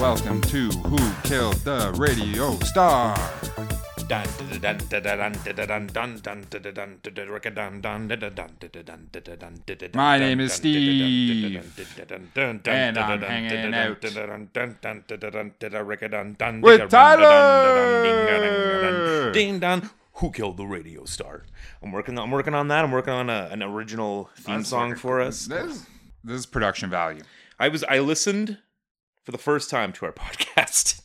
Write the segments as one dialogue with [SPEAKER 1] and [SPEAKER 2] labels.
[SPEAKER 1] Welcome to Who Killed the Radio Star.
[SPEAKER 2] Dun dun dun dun dun dun dun dun dun dun dun dun dun
[SPEAKER 1] My name is Steve, and I'm hanging out with Tyler.
[SPEAKER 2] Ding dong. Who killed the radio star? I'm working. I'm working on that. I'm working on a, an original theme song for us.
[SPEAKER 1] This, this is production value.
[SPEAKER 2] I was. I listened for the first time to our podcast.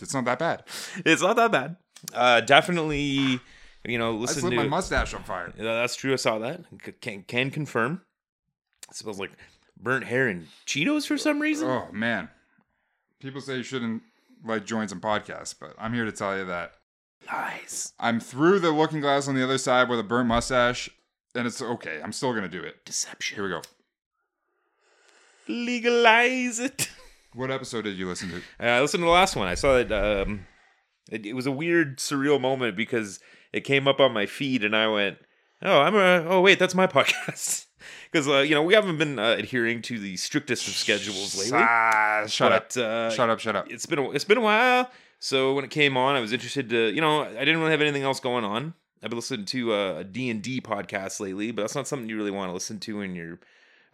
[SPEAKER 1] It's not that bad.
[SPEAKER 2] it's not that bad. Uh, definitely, you know,
[SPEAKER 1] I
[SPEAKER 2] listen
[SPEAKER 1] lit
[SPEAKER 2] to
[SPEAKER 1] my mustache on fire.
[SPEAKER 2] Yeah, that's true. I saw that. C- Can can confirm. It smells like burnt hair and Cheetos for some reason.
[SPEAKER 1] Oh man, people say you shouldn't like joins and podcasts, but I'm here to tell you that
[SPEAKER 2] Nice.
[SPEAKER 1] I'm through the looking glass on the other side with a burnt mustache, and it's okay. I'm still gonna do it. Here
[SPEAKER 2] Deception.
[SPEAKER 1] we go.
[SPEAKER 2] Legalize it.
[SPEAKER 1] What episode did you listen to?
[SPEAKER 2] Uh, I listened to the last one. I saw that um, it, it was a weird, surreal moment because it came up on my feed, and I went, "Oh, I'm a. Oh, wait, that's my podcast." Because uh, you know we haven't been uh, adhering to the strictest of schedules lately.
[SPEAKER 1] Ah, shut up.
[SPEAKER 2] but, Uh,
[SPEAKER 1] Shut up, shut up.
[SPEAKER 2] it's been a, it's been a while. So when it came on, I was interested to you know I didn't really have anything else going on. I've been listening to uh, a D and D podcast lately, but that's not something you really want to listen to when you're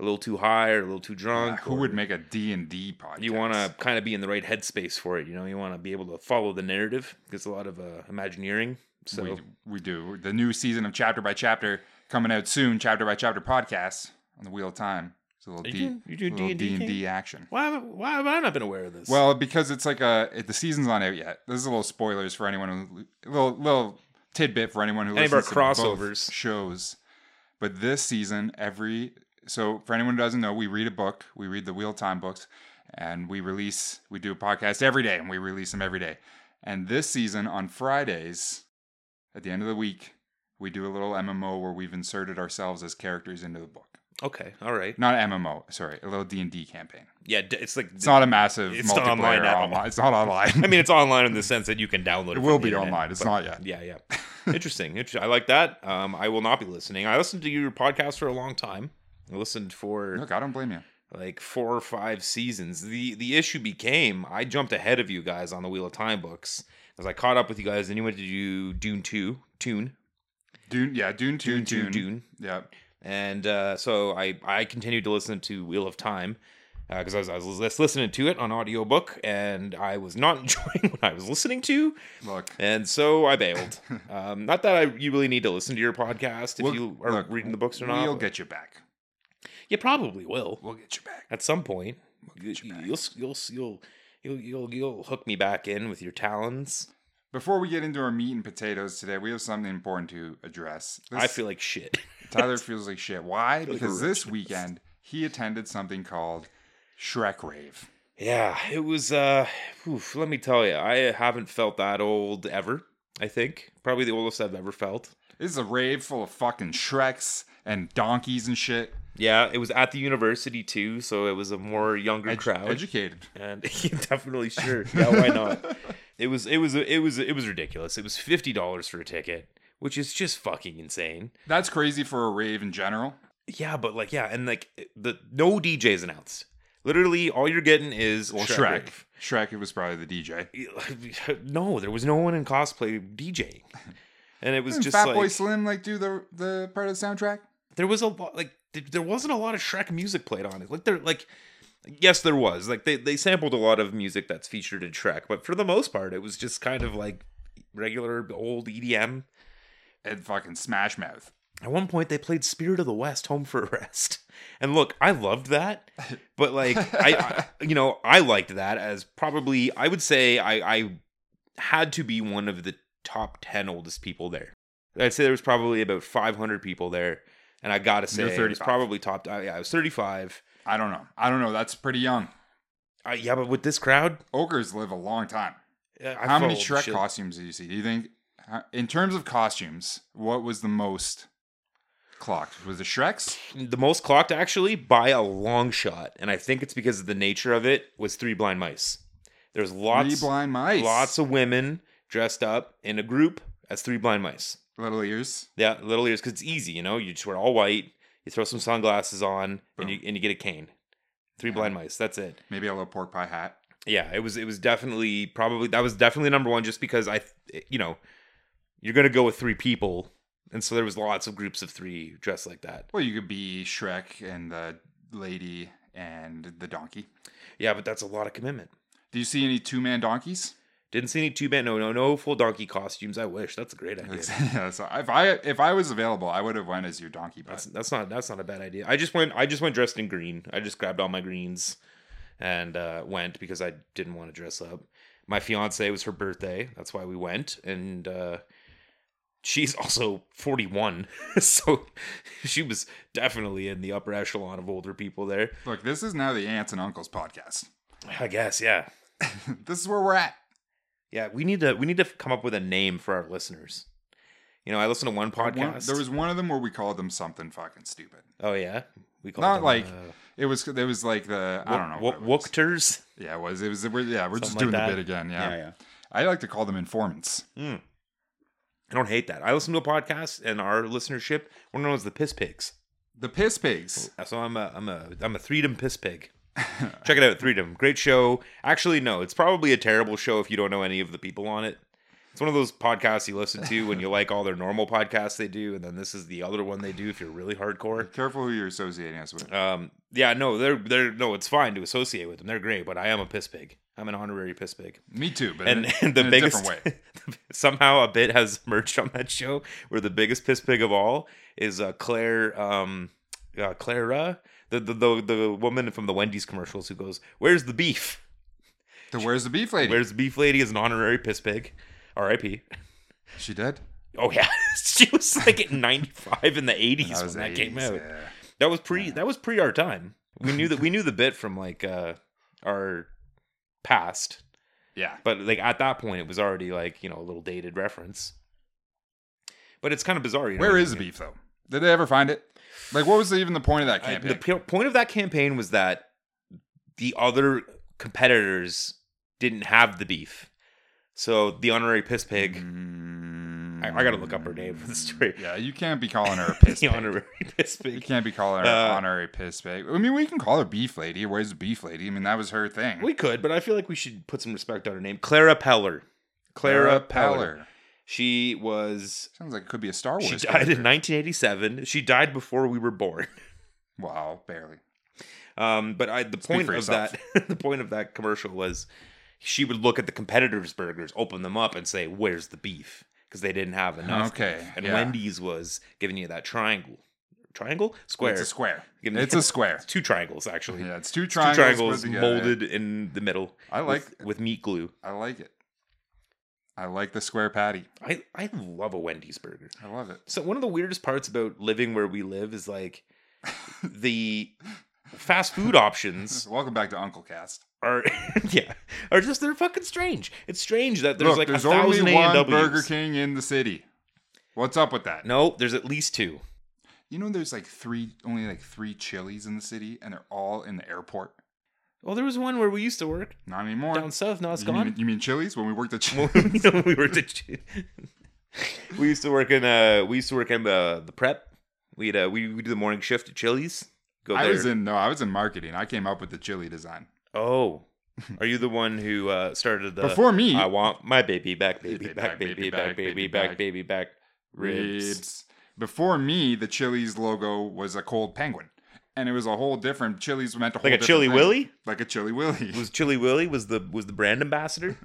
[SPEAKER 2] a little too high or a little too drunk.
[SPEAKER 1] Who
[SPEAKER 2] or
[SPEAKER 1] would make a D&D podcast?
[SPEAKER 2] you want to kind of be in the right headspace for it? You know, you want to be able to follow the narrative. There's a lot of uh, imagineering. So
[SPEAKER 1] We, we do. The new season of Chapter by Chapter coming out soon, Chapter by Chapter podcast on the Wheel of Time. It's a little, D,
[SPEAKER 2] doing- you doing
[SPEAKER 1] little
[SPEAKER 2] D&D,
[SPEAKER 1] D&D,
[SPEAKER 2] Kane?
[SPEAKER 1] action.
[SPEAKER 2] why have- why have I not been aware of this?
[SPEAKER 1] Well, because it's like a it, the season's not out yet. This is a little spoilers for anyone who little little tidbit for anyone who
[SPEAKER 2] Any of our
[SPEAKER 1] listens to both
[SPEAKER 2] crossovers.
[SPEAKER 1] shows. But this season, every so for anyone who doesn't know, we read a book. We read the Wheel of Time books, and we release we do a podcast every day, and we release them every day. And this season on Fridays, at the end of the week, we do a little MMO where we've inserted ourselves as characters into the book.
[SPEAKER 2] okay, all right,
[SPEAKER 1] Not MMO, sorry, a little D and D campaign.
[SPEAKER 2] yeah, d- it's like
[SPEAKER 1] It's not a massive
[SPEAKER 2] It's
[SPEAKER 1] multiplayer
[SPEAKER 2] not online at all.
[SPEAKER 1] online. It's not online.
[SPEAKER 2] I mean, it's online in the sense that you can download
[SPEAKER 1] It
[SPEAKER 2] it. from
[SPEAKER 1] will
[SPEAKER 2] the
[SPEAKER 1] be
[SPEAKER 2] internet,
[SPEAKER 1] online. It's
[SPEAKER 2] but-
[SPEAKER 1] not yet.
[SPEAKER 2] Yeah, yeah. Interesting. Interesting. I like that. Um, I will not be listening. I listened to your podcast for a long time. I listened for
[SPEAKER 1] Look, I don't blame you.
[SPEAKER 2] like four or five seasons. The the issue became I jumped ahead of you guys on the Wheel of Time books because I caught up with you guys and you went to do Dune two Tune
[SPEAKER 1] Dune, yeah, Dune two,
[SPEAKER 2] Dune
[SPEAKER 1] Dune,
[SPEAKER 2] two Dune
[SPEAKER 1] yeah.
[SPEAKER 2] and uh, so I I continued to listen to Wheel of Time because I, was, I was lis- listening to it on audiobook and I was not enjoying what I was listening to.
[SPEAKER 1] Look,
[SPEAKER 2] And so I bailed. um, not that I, you really need to listen to your podcast if
[SPEAKER 1] We'll-
[SPEAKER 2] you are
[SPEAKER 1] look,
[SPEAKER 2] reading the books or not.
[SPEAKER 1] we'll
[SPEAKER 2] but-
[SPEAKER 1] get you back.
[SPEAKER 2] you probably will
[SPEAKER 1] We'll get you back.
[SPEAKER 2] at some point.
[SPEAKER 1] We'll get you
[SPEAKER 2] You,
[SPEAKER 1] back.
[SPEAKER 2] will you'll you'll you'll you'll you'll hook me back in with your talons.
[SPEAKER 1] Before we get into our meat and potatoes today, we have something important to address. This,
[SPEAKER 2] I feel like shit.
[SPEAKER 1] Tyler feels like shit. Why?
[SPEAKER 2] like
[SPEAKER 1] Because
[SPEAKER 2] a
[SPEAKER 1] this weekend he attended something called Shrek Rave.
[SPEAKER 2] yeah, it was. uh oof, Let me tell you, I haven't felt that old ever. I think probably the oldest I've ever felt.
[SPEAKER 1] This is a rave full of fucking Shreks and donkeys and shit.
[SPEAKER 2] Yeah, it was at the university too, so it was a more younger
[SPEAKER 1] Edu-
[SPEAKER 2] crowd.
[SPEAKER 1] Educated.
[SPEAKER 2] and definitely sure yeah why not it was it was it was it was ridiculous it was $50 for a ticket which is just fucking insane
[SPEAKER 1] That's crazy for a rave in general.
[SPEAKER 2] yeah but like yeah and like the no djs announced literally all you're getting is
[SPEAKER 1] Well,
[SPEAKER 2] Shrek
[SPEAKER 1] Shrek.
[SPEAKER 2] rave.
[SPEAKER 1] Shrek, it was probably the DJ.
[SPEAKER 2] no there was no one in cosplay djing and it was
[SPEAKER 1] Didn't
[SPEAKER 2] just
[SPEAKER 1] Hmm, Fat
[SPEAKER 2] like
[SPEAKER 1] Boy Slim like do the the part of the soundtrack?
[SPEAKER 2] there was a lot like th- there wasn't a lot of Shrek music played on it. Like there like yes there was. Like they they sampled a lot of music that's featured in Shrek, but for the most part it was just kind of like regular old E EDM.
[SPEAKER 1] and fucking Smash Mouth.
[SPEAKER 2] At one point they played Spirit of the West Home for a Rest. And look, I loved that, but like I, I you know, I liked that as probably I would say I I had to be one of the top 10 oldest people there. I'd say there was probably about 500 people there. And I gotta say,
[SPEAKER 1] You're
[SPEAKER 2] it was
[SPEAKER 1] 35.
[SPEAKER 2] probably top. uh, I, I was 35.
[SPEAKER 1] I don't know. I don't know. That's pretty young.
[SPEAKER 2] Uh, yeah, but with this crowd,
[SPEAKER 1] Ogres live a long time.
[SPEAKER 2] uh, I
[SPEAKER 1] how many
[SPEAKER 2] felt
[SPEAKER 1] Shrek
[SPEAKER 2] shit.
[SPEAKER 1] costumes do you see? Do you think, how- in terms of costumes, what was the most clocked? Was the Shreks?
[SPEAKER 2] The most clocked actually by a long shot, and I think it's because of the nature of it was Three Blind Mice. There's
[SPEAKER 1] Three
[SPEAKER 2] lots,
[SPEAKER 1] blind mice.
[SPEAKER 2] lots of women dressed up in a group as Three Blind Mice.
[SPEAKER 1] little ears.
[SPEAKER 2] Yeah, little ears because it's easy, you know. You just wear all white, you throw some sunglasses on, and you and you get a cane. Three
[SPEAKER 1] Yeah.
[SPEAKER 2] blind mice. That's it.
[SPEAKER 1] Maybe a little pork pie hat.
[SPEAKER 2] Yeah, it was it was definitely probably that was definitely number one just because I th- you know you're gonna go with three people and so there was lots of groups of three dressed like that.
[SPEAKER 1] Well, you could be Shrek and the lady and the donkey.
[SPEAKER 2] Yeah, but that's a lot of commitment.
[SPEAKER 1] Do you see any two man donkeys?
[SPEAKER 2] Didn't see any two band no no no full donkey costumes. I wish that's a great idea.
[SPEAKER 1] so if I if I was available, I would have went as your donkey.
[SPEAKER 2] That's
[SPEAKER 1] But
[SPEAKER 2] that's not that's not a bad idea. I just went I just went dressed in green. I just grabbed all my greens and uh, went because I didn't want to dress up. My fiance it was her birthday, that's why we went, and uh, she's also forty one, so she was definitely in the upper echelon of older people there.
[SPEAKER 1] look, this is now the aunts and uncles podcast.
[SPEAKER 2] I guess, yeah,
[SPEAKER 1] this is where we're at.
[SPEAKER 2] yeah. We need to we need to come up with a name for our listeners. You know, I listened to one podcast.
[SPEAKER 1] One- there was one of them where we called them something fucking stupid.
[SPEAKER 2] oh yeah, we called
[SPEAKER 1] Not
[SPEAKER 2] them,
[SPEAKER 1] like-
[SPEAKER 2] uh,
[SPEAKER 1] It was it was like the I don't know
[SPEAKER 2] Wo-
[SPEAKER 1] what,
[SPEAKER 2] Wo-
[SPEAKER 1] it was.
[SPEAKER 2] Wookters.
[SPEAKER 1] Yeah, it was it was we're, yeah we're just doing
[SPEAKER 2] Something like that.
[SPEAKER 1] the bit again. Yeah.
[SPEAKER 2] yeah.
[SPEAKER 1] I like to call them informants.
[SPEAKER 2] Mm. I don't hate that. I listen to a podcast, and our listenership, we're known as the piss pigs.
[SPEAKER 1] The piss pigs.
[SPEAKER 2] So I'm a I'm a I'm a freedom piss pig. Check it out, freedom. Great show. Actually, no, it's probably a terrible show if you don't know any of the people on it. It's one of those podcasts you listen to when you like all their normal podcasts they do, and then this is the other one they do if you're really hardcore.
[SPEAKER 1] Careful who you're associating us with.
[SPEAKER 2] Um, yeah, no, they're they're no, it's fine to associate with them. They're great, but I am a piss pig. I'm an honorary piss pig
[SPEAKER 1] Me too, but
[SPEAKER 2] and,
[SPEAKER 1] in,
[SPEAKER 2] and the
[SPEAKER 1] in
[SPEAKER 2] biggest
[SPEAKER 1] a different way.
[SPEAKER 2] somehow a bit has emerged on that show where the biggest piss pig of all is uh, Claire um uh, Clara the, the the the woman from the Wendy's commercials who goes where's the beef
[SPEAKER 1] The where's the beef lady?
[SPEAKER 2] where's the beef lady is an honorary piss pig R.I.P.
[SPEAKER 1] she dead?
[SPEAKER 2] Oh yeah, she was like at ninety five in the eighties when
[SPEAKER 1] was
[SPEAKER 2] that
[SPEAKER 1] 80s,
[SPEAKER 2] came out.
[SPEAKER 1] yeah.
[SPEAKER 2] That was pre that was pre our time. We knew that we knew the bit from like uh our past,
[SPEAKER 1] Yeah.
[SPEAKER 2] But like at that point, it was already like you know a little dated reference. But it's kind of bizarre. You know,
[SPEAKER 1] Where
[SPEAKER 2] like,
[SPEAKER 1] is the beef though? Did they ever find it? Like, what was the, even the point of that
[SPEAKER 2] I-
[SPEAKER 1] campaign?
[SPEAKER 2] Uh, the p- point of that campaign was that the other competitors didn't have the beef, so the honorary piss pig. I, I gotta look up her name for the story.
[SPEAKER 1] Yeah, you can't be calling her a piss.
[SPEAKER 2] the
[SPEAKER 1] pig.
[SPEAKER 2] honorary piss
[SPEAKER 1] You
[SPEAKER 2] pig.
[SPEAKER 1] can't be calling her
[SPEAKER 2] Uh,
[SPEAKER 1] honorary piss pig. I mean, we can call her beef lady. Where's the beef lady? I mean, that was her thing.
[SPEAKER 2] We could, but I feel like we should put some respect on her name, Clara Peller. Clara, Peller. She was. oh,
[SPEAKER 1] Sounds like it could be a Star Wars.
[SPEAKER 2] She died in
[SPEAKER 1] character.
[SPEAKER 2] 1987. She died before we were born.
[SPEAKER 1] Wow, barely.
[SPEAKER 2] Um, but I the point
[SPEAKER 1] for
[SPEAKER 2] of
[SPEAKER 1] yourself.
[SPEAKER 2] that the point of that commercial was she would look at the competitors' burgers, open them up, and say, "Where's the beef?" Because they didn't have enough.
[SPEAKER 1] Okay,
[SPEAKER 2] And
[SPEAKER 1] yeah.
[SPEAKER 2] Wendy's was giving you that triangle, triangle square.
[SPEAKER 1] It's a square.
[SPEAKER 2] Give me-
[SPEAKER 1] It's a square.
[SPEAKER 2] Two triangles actually.
[SPEAKER 1] Yeah, it's two
[SPEAKER 2] Two
[SPEAKER 1] triangles,
[SPEAKER 2] triangles,
[SPEAKER 1] put together.
[SPEAKER 2] molded in the middle.
[SPEAKER 1] I
[SPEAKER 2] with-
[SPEAKER 1] like-
[SPEAKER 2] with, meat glue.
[SPEAKER 1] I like it. I like the square patty.
[SPEAKER 2] I I love a Wendy's burger.
[SPEAKER 1] I love it.
[SPEAKER 2] So one of the weirdest parts about living where we live is like the fast food options
[SPEAKER 1] Welcome back to Uncle Cast.
[SPEAKER 2] are yeah are just they're fucking strange. It's strange that there's
[SPEAKER 1] Look,
[SPEAKER 2] like
[SPEAKER 1] there's
[SPEAKER 2] a
[SPEAKER 1] only
[SPEAKER 2] thousand
[SPEAKER 1] one
[SPEAKER 2] A&Ws.
[SPEAKER 1] Burger King in the city. What's up with that?
[SPEAKER 2] No, there's at least two.
[SPEAKER 1] You know, there's like three, only like three Chili's in the city, and they're all in the airport.
[SPEAKER 2] Well, there was one where we used to work
[SPEAKER 1] Not anymore.
[SPEAKER 2] down south. Now it's
[SPEAKER 1] you, mean,
[SPEAKER 2] gone.
[SPEAKER 1] you mean Chili's when we worked at Chili's?
[SPEAKER 2] you know, we were the, we used to work in uh we used to work in uh, the prep. We'd uh, we we do the morning shift at Chili's. Go there.
[SPEAKER 1] I was in no, I was in marketing. I came up with the chili design
[SPEAKER 2] oh. Are you the one who uh, started the
[SPEAKER 1] before me.
[SPEAKER 2] I want my baby back, baby
[SPEAKER 1] Baby
[SPEAKER 2] back, baby back, baby back, baby back, ribs.
[SPEAKER 1] ribs. Before me, the Chili's logo was a cold penguin, and it was a whole different Chili's meant a whole
[SPEAKER 2] Like a
[SPEAKER 1] different
[SPEAKER 2] Chili
[SPEAKER 1] thing.
[SPEAKER 2] Willy?
[SPEAKER 1] like a Chili Willy.
[SPEAKER 2] was Chili Willy was the was the brand ambassador.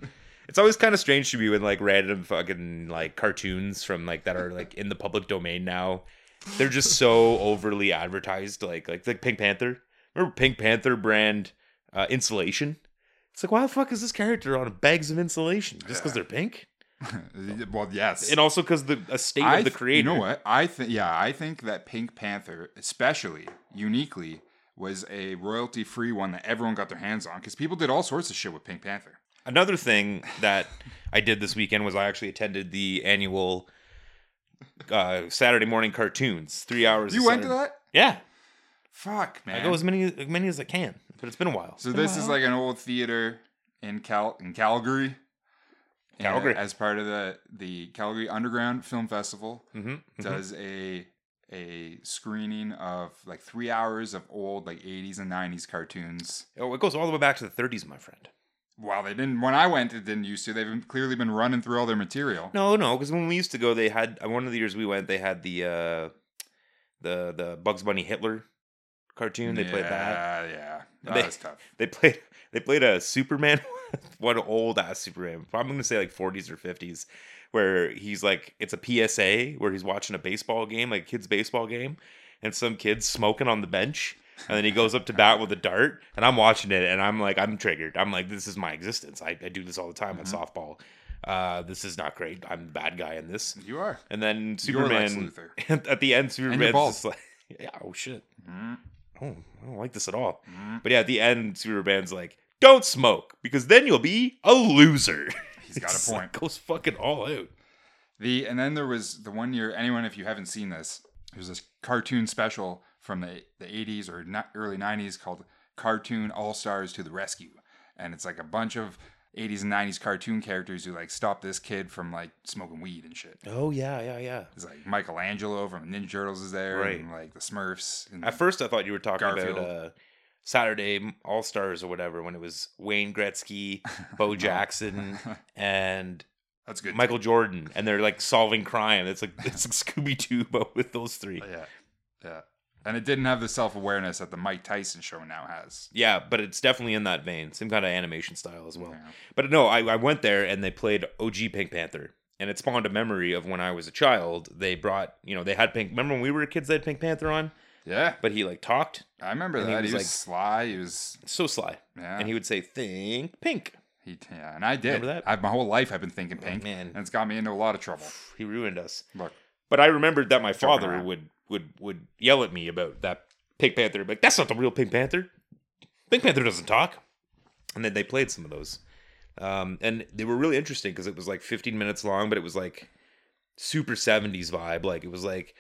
[SPEAKER 2] It's always kind of strange to be when like random fucking like cartoons from like that are like in the public domain now. They're just so overly advertised, like like like Pink Panther. Remember Pink Panther brand uh, insulation? It's like why the fuck is this character on bags of insulation just because they're pink?
[SPEAKER 1] well, yes.
[SPEAKER 2] And also because the estate
[SPEAKER 1] I
[SPEAKER 2] of the
[SPEAKER 1] th-
[SPEAKER 2] creator.
[SPEAKER 1] You know what? I think yeah, I think that Pink Panther, especially uniquely, was a royalty free one that everyone got their hands on because people did all sorts of shit with Pink Panther.
[SPEAKER 2] Another thing that I did this weekend was I actually attended the annual uh, Saturday morning cartoons, three hours.
[SPEAKER 1] You
[SPEAKER 2] of
[SPEAKER 1] went to
[SPEAKER 2] Saturday-
[SPEAKER 1] that?
[SPEAKER 2] Yeah,
[SPEAKER 1] Fuck man.
[SPEAKER 2] I go as many as many as I can, but it's been a while.
[SPEAKER 1] so this is like an old theater in Cal in Calgary. And
[SPEAKER 2] Calgary. Mm-hmm,
[SPEAKER 1] as part of the the Calgary Underground Film Festival,
[SPEAKER 2] Mhm, mhm.
[SPEAKER 1] does a a screening of like three hours of old like 80s and 90s cartoons.
[SPEAKER 2] Oh, it goes all the way back to the 30s, my friend.
[SPEAKER 1] Well, they didn't when I went. It didn't used to. They've been, clearly been running through all their material.
[SPEAKER 2] No, no, because when we used to go, they had uh, one of the years we went, they had the uh, the the Bugs Bunny Hitler cartoon. They played that.
[SPEAKER 1] Yeah, yeah. That
[SPEAKER 2] They-
[SPEAKER 1] was tough.
[SPEAKER 2] They played they played a Superman, one old ass Superman. I'm gonna say like 40s or 50s, where he's like it's a PSA where he's watching a baseball game, like a kids baseball game, and some kids smoking on the bench. And then he goes up to bat with a dart, and I'm watching it, and I'm like, I'm triggered. I'm like, this is my existence. I, I do this all the time
[SPEAKER 1] Mhm.
[SPEAKER 2] on softball. Uh, this is not great. I'm the bad guy in this.
[SPEAKER 1] You are.
[SPEAKER 2] And then
[SPEAKER 1] You're Lex
[SPEAKER 2] Superman
[SPEAKER 1] Luthor.
[SPEAKER 2] at the end, Superman's
[SPEAKER 1] bald.
[SPEAKER 2] just like, yeah, oh shit,
[SPEAKER 1] Mhm,
[SPEAKER 2] I don't, I don't like this at all.
[SPEAKER 1] mhm.
[SPEAKER 2] But yeah, at the end, Superman's like, don't smoke because then you'll be a loser.
[SPEAKER 1] He's got
[SPEAKER 2] It's
[SPEAKER 1] a point.
[SPEAKER 2] like, goes fucking all out.
[SPEAKER 1] The and then there was the one year. Anyone, if you haven't seen this, there's this cartoon special from the the 80s or ni- early 90s called "Cartoon All Stars to the Rescue," and it's like a bunch of 80s and 90s cartoon characters who like stop this kid from like smoking weed and shit.
[SPEAKER 2] Oh yeah, yeah, yeah.
[SPEAKER 1] It's like Michelangelo from Ninja Turtles is there,
[SPEAKER 2] Right.
[SPEAKER 1] and like the Smurfs. And
[SPEAKER 2] At first, I thought you were talking
[SPEAKER 1] Garfield.
[SPEAKER 2] about uh, Saturday All Stars or whatever when it was Wayne Gretzky, Bo Jackson, and
[SPEAKER 1] that's good.
[SPEAKER 2] Michael Jordan, and they're like solving crime. It's like it's like Scooby Doo, but with those three.
[SPEAKER 1] Yeah, yeah. And it didn't have the self awareness that the Mike Tyson show now has.
[SPEAKER 2] Yeah, but it's definitely in that vein, same kind of animation style as well.
[SPEAKER 1] Yeah.
[SPEAKER 2] But no, I, I went there and they played OG Pink Panther. And it spawned a memory of when I was a child. They brought, you know, they had Pink. Remember when we were kids, they had Pink Panther on?
[SPEAKER 1] Yeah,
[SPEAKER 2] But he like talked
[SPEAKER 1] I remember
[SPEAKER 2] And he
[SPEAKER 1] that. He was,
[SPEAKER 2] was, like-
[SPEAKER 1] sly. He was
[SPEAKER 2] so sly.
[SPEAKER 1] yeah.
[SPEAKER 2] And he would say, think pink.
[SPEAKER 1] He, yeah, and I did.
[SPEAKER 2] Remember that? Oh,
[SPEAKER 1] I, my whole life I've been thinking pink,
[SPEAKER 2] man.
[SPEAKER 1] and it's got me into a lot of trouble.
[SPEAKER 2] He ruined us.
[SPEAKER 1] Look,
[SPEAKER 2] But I remembered that my
[SPEAKER 1] Joking
[SPEAKER 2] father
[SPEAKER 1] around.
[SPEAKER 2] would, would, would yell at me about that Pink Panther. Like, that's not the real Pink Panther. Pink Panther doesn't talk. And then they played some of those. Um, and they were really interesting because it was like 15 minutes long, but it was like super 70s vibe. Like it was like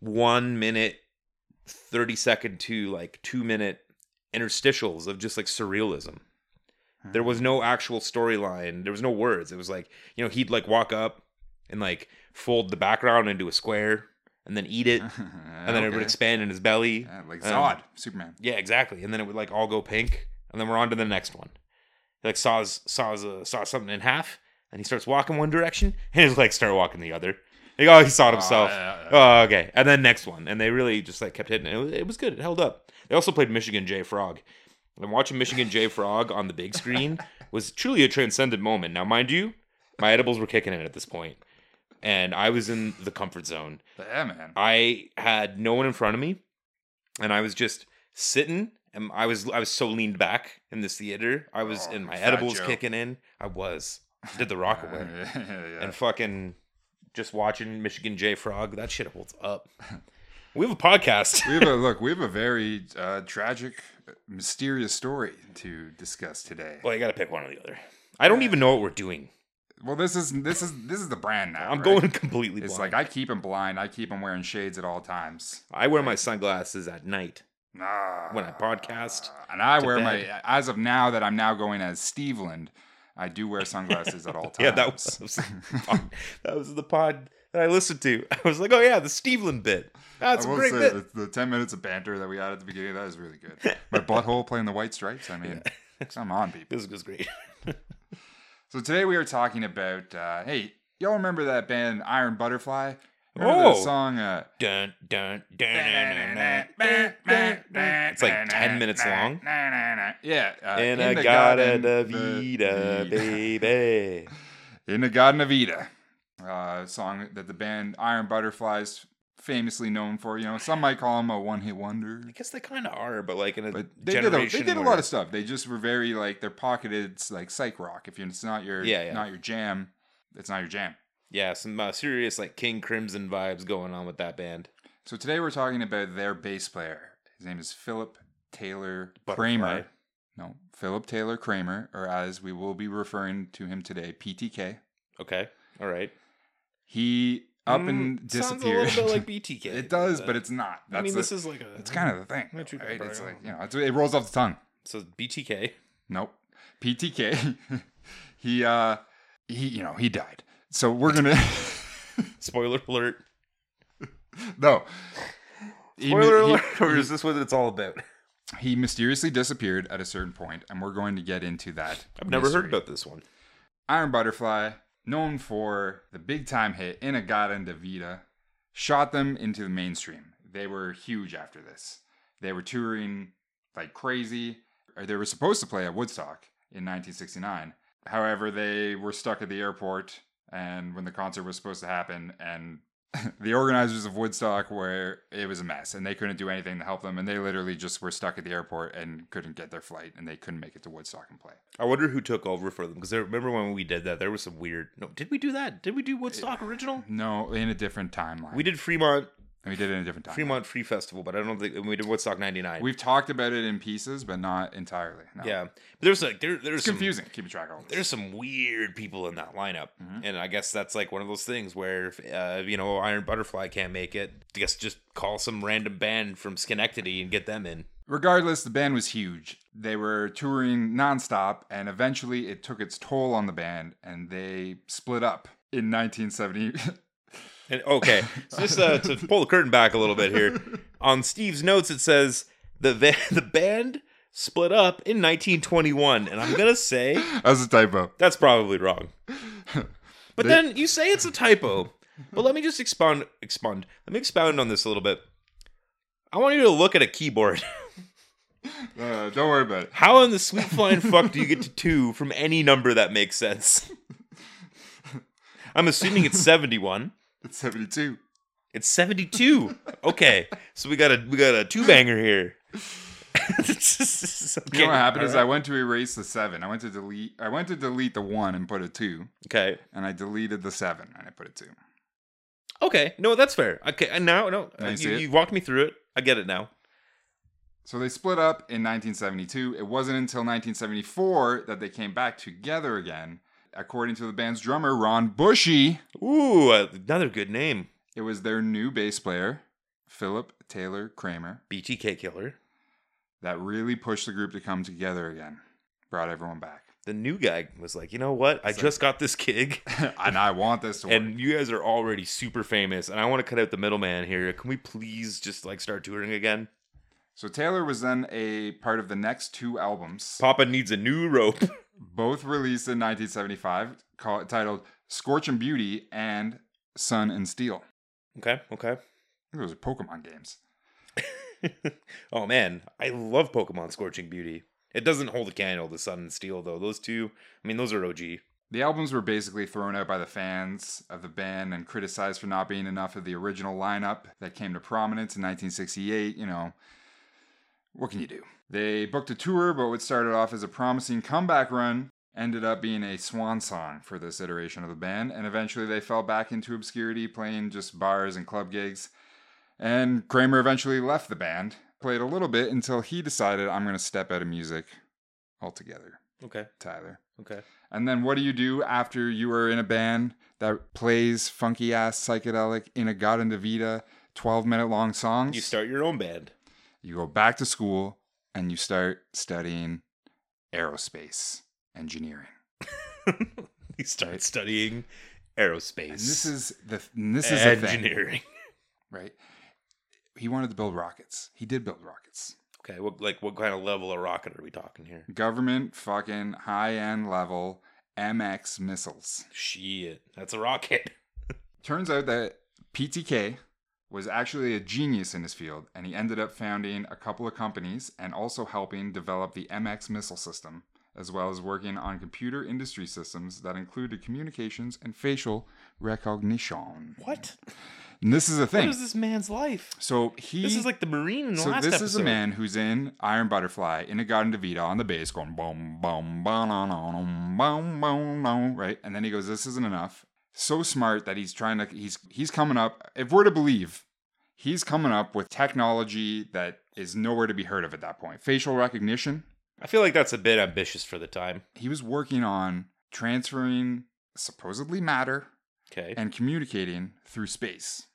[SPEAKER 2] one minute, 30 second to like two minute interstitials of just like surrealism. There was no actual storyline. There was no words. It was like, you know, he'd like walk up and like fold the background into a square and then eat it. And
[SPEAKER 1] and
[SPEAKER 2] then it would expand in his belly.
[SPEAKER 1] yeah, like
[SPEAKER 2] um,
[SPEAKER 1] Zod, Superman.
[SPEAKER 2] Yeah, exactly. And then it would like all go pink, and then we're on to the next one. He, like saws saws uh, saw something in half, and he starts walking one direction, and his legs start walking the other. Like, oh, he sawed himself.
[SPEAKER 1] Oh, yeah, yeah, yeah.
[SPEAKER 2] Oh, okay. And then next one, and they really just like kept hitting. It. It was, it was good. It held up. They also played Michigan J Frog. And watching Michigan J Frog on the big screen was truly a transcendent moment. Now, mind you, my edibles were kicking in at this point, and I was in the comfort zone.
[SPEAKER 1] Yeah, man.
[SPEAKER 2] I had no one in front of me, and I was just sitting. And I was I was so leaned back in this theater. I was
[SPEAKER 1] Oh,
[SPEAKER 2] in my
[SPEAKER 1] Fat
[SPEAKER 2] edibles
[SPEAKER 1] Joe.
[SPEAKER 2] kicking in. I was did the rock away
[SPEAKER 1] yeah.
[SPEAKER 2] and fucking just watching Michigan J Frog. That shit holds up. We have a podcast.
[SPEAKER 1] we have a look. We have a very uh, tragic, mysterious story to discuss today.
[SPEAKER 2] well, you got to pick one or the other. I don't even know what we're doing.
[SPEAKER 1] Well, this is this is this is the brand now.
[SPEAKER 2] I'm
[SPEAKER 1] right?
[SPEAKER 2] going completely blind.
[SPEAKER 1] It's like I keep him blind. I keep him wearing shades at all times.
[SPEAKER 2] I wear my sunglasses at night
[SPEAKER 1] Ah.
[SPEAKER 2] when I podcast.
[SPEAKER 1] and I
[SPEAKER 2] to
[SPEAKER 1] wear
[SPEAKER 2] bed.
[SPEAKER 1] my as of now that I'm now going as Steveland. I do wear sunglasses at all times.
[SPEAKER 2] Yeah, that was, that was the pod, that was the pod that I listened to. I was like, oh yeah, the Steveland bit. That's
[SPEAKER 1] I
[SPEAKER 2] a
[SPEAKER 1] will
[SPEAKER 2] great
[SPEAKER 1] say
[SPEAKER 2] bit.
[SPEAKER 1] that the ten minutes of banter that we had at the beginning that is really good. My butthole playing the white stripes. I mean, come on, people.
[SPEAKER 2] This was great.
[SPEAKER 1] So today we are talking about. Uh, hey, y'all remember that band Iron Butterfly?
[SPEAKER 2] Oh.
[SPEAKER 1] the song. Uh,
[SPEAKER 2] dun, dun, dun, dun, dun, dun, dun, dun, dun. It's like 10 minutes long.
[SPEAKER 1] Yeah, uh, In
[SPEAKER 2] And I
[SPEAKER 1] the
[SPEAKER 2] got a
[SPEAKER 1] Garden of
[SPEAKER 2] Davida, baby.
[SPEAKER 1] In the Garden of Eden, uh, song that the band Iron Butterflies famously known for. You know, some might call them a one-hit wonder.
[SPEAKER 2] I guess they kind of are, but like in a
[SPEAKER 1] But they did a, they
[SPEAKER 2] generation
[SPEAKER 1] did a
[SPEAKER 2] where-
[SPEAKER 1] lot of stuff. They just were very like they're pocketed it's like psych rock. If you it's not your
[SPEAKER 2] Yeah, yeah.
[SPEAKER 1] not your jam, it's not your jam.
[SPEAKER 2] yeah, some uh, serious like King Crimson vibes going on with that band.
[SPEAKER 1] So today we're talking about their bass player. His name is Philip Taylor
[SPEAKER 2] Butterfly.
[SPEAKER 1] Kramer. No, Philip Taylor Kramer, or as we will be referring to him today, PTK.
[SPEAKER 2] Okay, all right.
[SPEAKER 1] He up and
[SPEAKER 2] Mm,
[SPEAKER 1] disappeared.
[SPEAKER 2] Sounds a little bit like BTK.
[SPEAKER 1] it does, but it's not. That's
[SPEAKER 2] I mean,
[SPEAKER 1] the-
[SPEAKER 2] this is like a.
[SPEAKER 1] It's kind of the thing.
[SPEAKER 2] What you got,
[SPEAKER 1] right? It's
[SPEAKER 2] Brian?
[SPEAKER 1] like, you know, it's, it rolls off the tongue.
[SPEAKER 2] so BTK.
[SPEAKER 1] Nope. PTK. he uh he you know, he died. So we're going to
[SPEAKER 2] Spoiler alert.
[SPEAKER 1] no. He mi-
[SPEAKER 2] Spoiler
[SPEAKER 1] he-
[SPEAKER 2] alert, or is this what it's all about?
[SPEAKER 1] He mysteriously disappeared at a certain point, and we're going to get into that.
[SPEAKER 2] I've never
[SPEAKER 1] mystery.
[SPEAKER 2] heard about this one.
[SPEAKER 1] Iron Butterfly, known for the big time hit Inagata and Davida, shot them into the mainstream. They were huge after this. They were touring like crazy. Or they were supposed to play at Woodstock in 1969. However, they were stuck at the airport and when the concert was supposed to happen and the organizers of Woodstock were it was a mess and they couldn't do anything to help them and they literally just were stuck at the airport and couldn't get their flight and they couldn't make it to Woodstock and play.
[SPEAKER 2] I wonder who took over for them because I remember when we did that, there was some weird. No, did we do that? Did we do Woodstock original?
[SPEAKER 1] No, in a different timeline.
[SPEAKER 2] We did Fremont
[SPEAKER 1] We did it in a different time.
[SPEAKER 2] Fremont Free Festival, but I don't think and we did Woodstock '99.
[SPEAKER 1] We've talked about it in pieces, but not entirely. No.
[SPEAKER 2] Yeah, but there's like there there's
[SPEAKER 1] It's
[SPEAKER 2] some,
[SPEAKER 1] confusing keeping track of all this.
[SPEAKER 2] there's some weird people in that lineup,
[SPEAKER 1] Mhm.
[SPEAKER 2] and I guess that's like one of those things where if, uh, you know Iron Butterfly can't make it. I guess just call some random band from Schenectady and get them in.
[SPEAKER 1] Regardless, the band was huge. They were touring nonstop, and eventually it took its toll on the band, and they split up in 1970.
[SPEAKER 2] And okay, so just uh, to pull the curtain back a little bit here, on Steve's notes it says the va- the band split up in 1921, and I'm gonna say
[SPEAKER 1] That's a typo.
[SPEAKER 2] that's probably wrong. But
[SPEAKER 1] They-
[SPEAKER 2] then you say it's a typo. But let me just expound expound. Let me expound on this a little bit. I want you to look at a keyboard.
[SPEAKER 1] Uh, don't worry about it.
[SPEAKER 2] How in the sweet flying fuck do you get to two from any number that makes sense? I'm assuming it's 71.
[SPEAKER 1] It's 72.
[SPEAKER 2] It's 72. Okay. So we got a we got a two banger here.
[SPEAKER 1] You know what happened is I went to erase the seven. I went to delete. I went to delete the one and put a two,
[SPEAKER 2] Okay.
[SPEAKER 1] and I deleted the seven and I put a two.
[SPEAKER 2] Okay. No, that's fair. Okay. And now no.
[SPEAKER 1] Now you see
[SPEAKER 2] you,
[SPEAKER 1] it?
[SPEAKER 2] you walked me through it. I get it now.
[SPEAKER 1] So they split up in 1972. It wasn't until 1974 that they came back together again. According to the band's drummer, Ron Bushy,
[SPEAKER 2] Ooh, uh, another good name.
[SPEAKER 1] it was their new bass player, Philip Taylor Kramer,
[SPEAKER 2] BTK killer.
[SPEAKER 1] that really pushed the group to come together again, brought everyone back.
[SPEAKER 2] the new guy was like, you know what? I
[SPEAKER 1] It's like-
[SPEAKER 2] just got this gig,
[SPEAKER 1] and I want this to work.
[SPEAKER 2] and you guys are already super famous, and I want to cut out the middleman here. Can we please just like start touring again?
[SPEAKER 1] so Taylor was then a part of the next two albums,
[SPEAKER 2] Papa needs a new rope.
[SPEAKER 1] both released in 1975, called, titled Scorch and Beauty and Sun and Steel.
[SPEAKER 2] okay, okay.
[SPEAKER 1] I think those are Pokemon games.
[SPEAKER 2] oh man, I love Pokemon Scorching Beauty. It doesn't hold a candle to Sun and Steel though. Those two, I mean, those are OG.
[SPEAKER 1] The albums were basically thrown out by the fans of the band and criticized for not being enough of the original lineup that came to prominence in 1968. You know, what can you do? They booked a tour, but what started off as a promising comeback run ended up being a swan song for this iteration of the band, and eventually they fell back into obscurity, playing just bars and club gigs. And Kramer eventually left the band, played a little bit until he decided, I'm going to step out of music altogether,
[SPEAKER 2] Okay,
[SPEAKER 1] Tyler.
[SPEAKER 2] okay.
[SPEAKER 1] And then what do you do after you are in a band that plays funky ass psychedelic in a God and Vida 12 minute long songs?
[SPEAKER 2] You start your own band.
[SPEAKER 1] You go back to school and you start studying aerospace engineering.
[SPEAKER 2] you start
[SPEAKER 1] Right.
[SPEAKER 2] studying
[SPEAKER 1] And
[SPEAKER 2] aerospace.
[SPEAKER 1] this is the and this is engineering,
[SPEAKER 2] engineering.
[SPEAKER 1] right? He wanted to build rockets. He did build rockets.
[SPEAKER 2] Okay, what like what kind of level of rocket are we talking here?
[SPEAKER 1] Government fucking high end level MX missiles.
[SPEAKER 2] Shit, that's a rocket.
[SPEAKER 1] Turns out that PTK was actually a genius in his field, and he ended up founding a couple of companies and also helping develop the MX missile system, as well as working on computer industry systems that included communications and facial recognition.
[SPEAKER 2] What?
[SPEAKER 1] And this is a
[SPEAKER 2] What
[SPEAKER 1] thing.
[SPEAKER 2] is this man's life?
[SPEAKER 1] so he.
[SPEAKER 2] This is like the Marine in the
[SPEAKER 1] so
[SPEAKER 2] last
[SPEAKER 1] this
[SPEAKER 2] episode.
[SPEAKER 1] is a man who's in Iron Butterfly in a Garden DeVita on the bass going boom boom boom boom boom boom boom right, and then he goes, "This isn't enough." So smart that he's trying to he's he's coming up. If we're to believe, he's coming up with technology that is nowhere to be heard of at that point. Facial recognition.
[SPEAKER 2] I feel like that's a bit ambitious for the time.
[SPEAKER 1] He was working on transferring supposedly matter
[SPEAKER 2] Okay.
[SPEAKER 1] and communicating through space.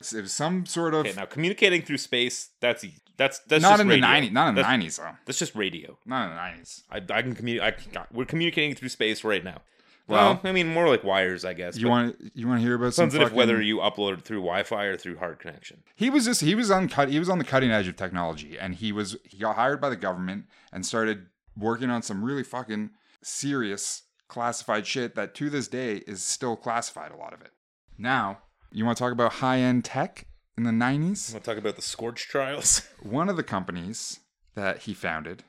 [SPEAKER 1] It was some sort of
[SPEAKER 2] okay. Now communicating through space. That's e- that's that's
[SPEAKER 1] not
[SPEAKER 2] just
[SPEAKER 1] in
[SPEAKER 2] radio.
[SPEAKER 1] the 90s, not in the
[SPEAKER 2] That's-
[SPEAKER 1] 90s though.
[SPEAKER 2] That's just radio.
[SPEAKER 1] Not in the 90s.
[SPEAKER 2] I, I can communicate. I can, we're communicating through space right now.
[SPEAKER 1] Well,
[SPEAKER 2] I mean, more like wires, I guess.
[SPEAKER 1] you
[SPEAKER 2] but
[SPEAKER 1] want you want to hear about some
[SPEAKER 2] sensitive
[SPEAKER 1] fucking-
[SPEAKER 2] whether you upload through Wi-Fi or through hard connection.
[SPEAKER 1] He was just he was on cut he was on the cutting edge of technology and he was he got hired by the government and started working on some really fucking serious classified shit that to this day is still classified a lot of it. Now, you want to talk about high-end tech in the 90s?
[SPEAKER 2] I'm gonna talk about the Scorch trials.
[SPEAKER 1] One of the companies that he founded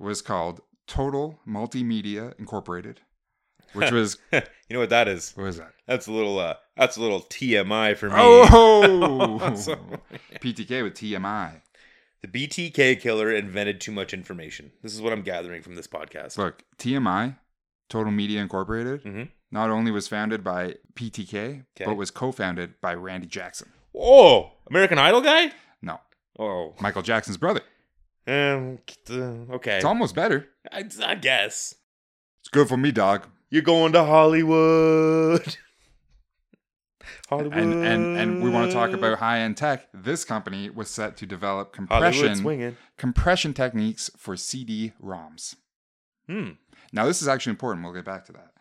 [SPEAKER 1] was called Total Multimedia Incorporated, which was
[SPEAKER 2] you know what that is?
[SPEAKER 1] what was that?
[SPEAKER 2] That's a little. Uh, that's a little TMI for me.
[SPEAKER 1] Oh,
[SPEAKER 2] Sorry.
[SPEAKER 1] PTK with TMI.
[SPEAKER 2] The BTK killer invented too much information. This is what I'm gathering from this podcast.
[SPEAKER 1] Look, TMI, Total Media Incorporated,
[SPEAKER 2] Mhm.
[SPEAKER 1] not only was founded by PTK,
[SPEAKER 2] Okay.
[SPEAKER 1] but was co-founded by Randy Jackson.
[SPEAKER 2] Oh, American Idol guy?
[SPEAKER 1] No,
[SPEAKER 2] Oh,
[SPEAKER 1] Michael Jackson's brother.
[SPEAKER 2] um, uh, okay.
[SPEAKER 1] It's almost better.
[SPEAKER 2] I, I guess
[SPEAKER 1] It's good for me, dog.
[SPEAKER 2] you're going to Hollywood. Hollywood.
[SPEAKER 1] And and and we want to talk about high-end tech. This company was set to develop
[SPEAKER 2] Hollywood
[SPEAKER 1] compression
[SPEAKER 2] swinging.
[SPEAKER 1] compression techniques for CD-ROMs.
[SPEAKER 2] Hmm.
[SPEAKER 1] Now, this is actually important. We'll get back to that.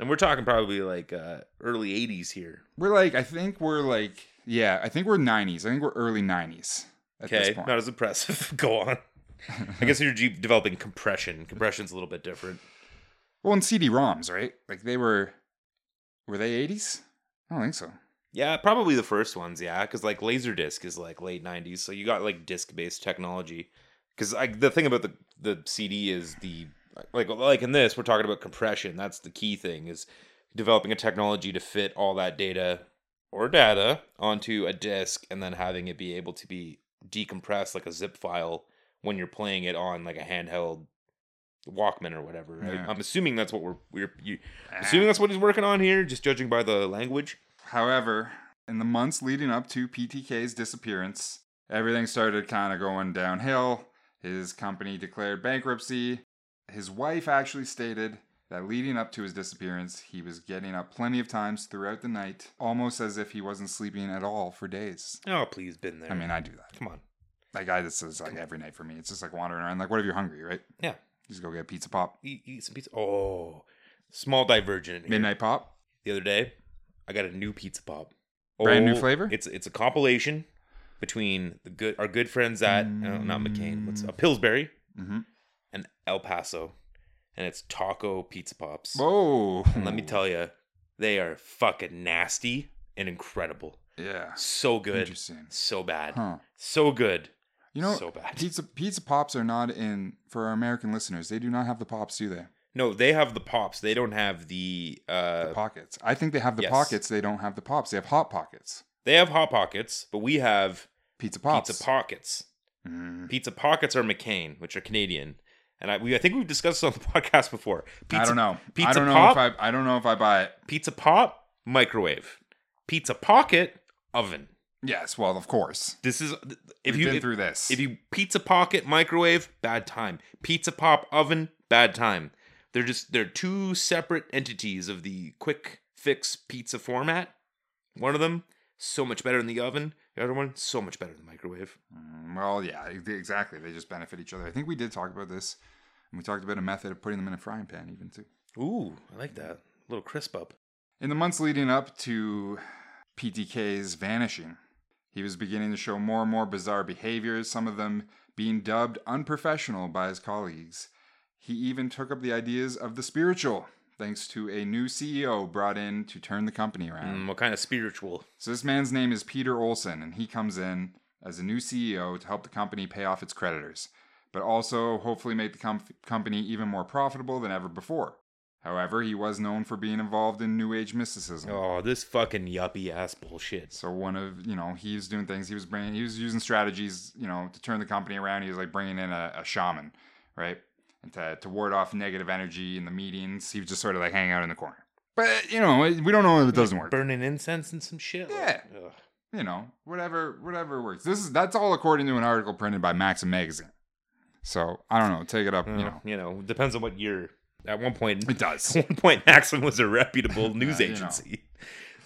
[SPEAKER 2] And we're talking probably like uh, early '80s here.
[SPEAKER 1] We're like, I think we're like, yeah, I think we're 90s. I think we're early 90s at this
[SPEAKER 2] Okay,
[SPEAKER 1] point.
[SPEAKER 2] not as impressive. Go on. I guess you're de- developing compression. Compression's a little bit different.
[SPEAKER 1] Well, in CD-ROMs, right? Like they were, were they 80s? I don't think so.
[SPEAKER 2] Yeah, probably the first ones. Yeah, because like Laserdisc is like late '90s, so you got like disc-based technology. Because like the thing about the the CD is the like like in this we're talking about compression. That's the key thing is developing a technology to fit all that data or data onto a disc, and then having it be able to be decompressed like a zip file when you're playing it on like a handheld Walkman or whatever. Right?
[SPEAKER 1] Yeah. Ah.
[SPEAKER 2] I'm assuming that's what we're we're you, assuming that's what he's working on here, just judging by the language.
[SPEAKER 1] However, in the months leading up to PTK's disappearance, everything started kind of going downhill. His company declared bankruptcy. His wife actually stated that leading up to his disappearance, he was getting up plenty of times throughout the night, almost as if he wasn't sleeping at all for days.
[SPEAKER 2] Oh, please, been there.
[SPEAKER 1] I mean, I do that.
[SPEAKER 2] come on.
[SPEAKER 1] Like, I, this is like every night for me. It's just like wandering around. Like, what if you're hungry, right?
[SPEAKER 2] Yeah.
[SPEAKER 1] Just go get a pizza pop,
[SPEAKER 2] Eat, eat some pizza. Oh, small divergent. Here.
[SPEAKER 1] midnight pop.
[SPEAKER 2] The other day, I got a new pizza pop. Oh,
[SPEAKER 1] Brand new flavor?
[SPEAKER 2] It's it's a compilation between the good our good friends at uh, not McCain. What's
[SPEAKER 1] Mm.
[SPEAKER 2] uh, Pillsbury
[SPEAKER 1] Mm-hmm.
[SPEAKER 2] and El Paso, and it's taco pizza pops.
[SPEAKER 1] Whoa.
[SPEAKER 2] And let me tell you, they are fucking nasty and incredible.
[SPEAKER 1] Yeah.
[SPEAKER 2] So good,
[SPEAKER 1] Interesting.
[SPEAKER 2] so bad,
[SPEAKER 1] Huh.
[SPEAKER 2] so good,
[SPEAKER 1] You know,
[SPEAKER 2] so bad.
[SPEAKER 1] Pizza pizza pops are not in for our American listeners. They do not have the pops, do they?
[SPEAKER 2] No, they have the pops. They don't have the uh,
[SPEAKER 1] The pockets. I think they have the
[SPEAKER 2] yes.
[SPEAKER 1] pockets. They don't have the pops. They have hot pockets.
[SPEAKER 2] They have hot pockets, but we have
[SPEAKER 1] Pizza pops.
[SPEAKER 2] pizza pockets.
[SPEAKER 1] Mm.
[SPEAKER 2] Pizza pockets are McCain, which are Canadian, and I, we I think we've discussed this on the podcast before. Pizza,
[SPEAKER 1] I don't know.
[SPEAKER 2] pizza
[SPEAKER 1] I don't know
[SPEAKER 2] pop?
[SPEAKER 1] if I. I don't know if I buy it.
[SPEAKER 2] Pizza pop, microwave. Pizza pocket, oven.
[SPEAKER 1] Yes. Well, of course.
[SPEAKER 2] This is
[SPEAKER 1] If
[SPEAKER 2] if
[SPEAKER 1] We've
[SPEAKER 2] you
[SPEAKER 1] been
[SPEAKER 2] if,
[SPEAKER 1] through this,
[SPEAKER 2] if you pizza pocket microwave, bad time. Pizza pop oven, bad time. They're just they're two separate entities of the quick fix pizza format. One of them so much better in the oven. The other one so much better in the microwave.
[SPEAKER 1] Mm, well, yeah, e- exactly. They just benefit each other. I think we did talk about this. And we talked about a method of putting them in a frying pan, even too.
[SPEAKER 2] Ooh, I like that. little crisp up.
[SPEAKER 1] In the months leading up to PTK's vanishing, he was beginning to show more and more bizarre behaviors, some of them being dubbed unprofessional by his colleagues. He even took up the ideas of the spiritual, thanks to a new CEO brought in to turn the company around.
[SPEAKER 2] Mm, what kind of spiritual?
[SPEAKER 1] So, this man's name is Peter Olson, and he comes in as a new CEO to help the company pay off its creditors, but also hopefully make the com- company even more profitable than ever before. However, he was known for being involved in New Age mysticism.
[SPEAKER 2] Oh, this fucking yuppie ass bullshit.
[SPEAKER 1] So one of you know he was doing things. He was bringing. He was using strategies. You know to turn the company around. He was like bringing in a, a shaman, right, and to to ward off negative energy in the meetings. He was just sort of like hanging out in the corner. But you know we don't know if it doesn't work.
[SPEAKER 2] Burning incense and some shit.
[SPEAKER 1] Yeah.
[SPEAKER 2] Ugh.
[SPEAKER 1] You know whatever whatever works. This is that's all according to an article printed by Maxim magazine. So I don't know. Take it up.
[SPEAKER 2] Well,
[SPEAKER 1] You know
[SPEAKER 2] you know, depends on what year. At one point,
[SPEAKER 1] it does.
[SPEAKER 2] at one point, Maxim was a reputable news
[SPEAKER 1] Yeah, you know.
[SPEAKER 2] agency.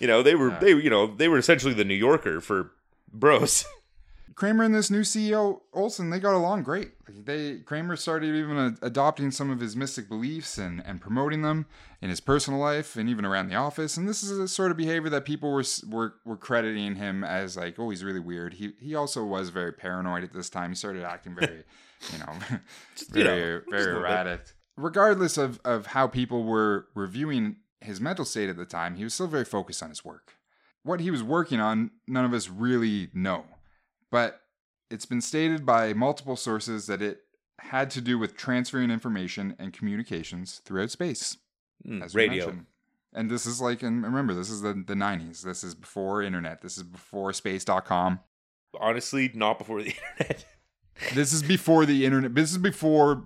[SPEAKER 2] You know, they were
[SPEAKER 1] Yeah.
[SPEAKER 2] they you know they were essentially the New Yorker for bros.
[SPEAKER 1] Kramer and this new CEO Olson, they got along great. Like, They Kramer started even uh, adopting some of his mystic beliefs and and promoting them in his personal life and even around the office. And this is the sort of behavior that people were s- were were crediting him as like, oh, he's really weird. He he also was very paranoid at this time. He started acting very, you know,
[SPEAKER 2] you know,
[SPEAKER 1] very
[SPEAKER 2] just a
[SPEAKER 1] very
[SPEAKER 2] little bit.
[SPEAKER 1] erratic. Regardless of of how people were reviewing his mental state at the time, he was still very focused on his work. What he was working on, none of us really know but it's been stated by multiple sources that it had to do with transferring information and communications throughout space.
[SPEAKER 2] Mm,
[SPEAKER 1] As we
[SPEAKER 2] radio.
[SPEAKER 1] mentioned. And this is like, and remember, this is the, the 90s. This is before internet. This is before space.com.
[SPEAKER 2] Honestly, not before the internet.
[SPEAKER 1] This is before the internet. This is before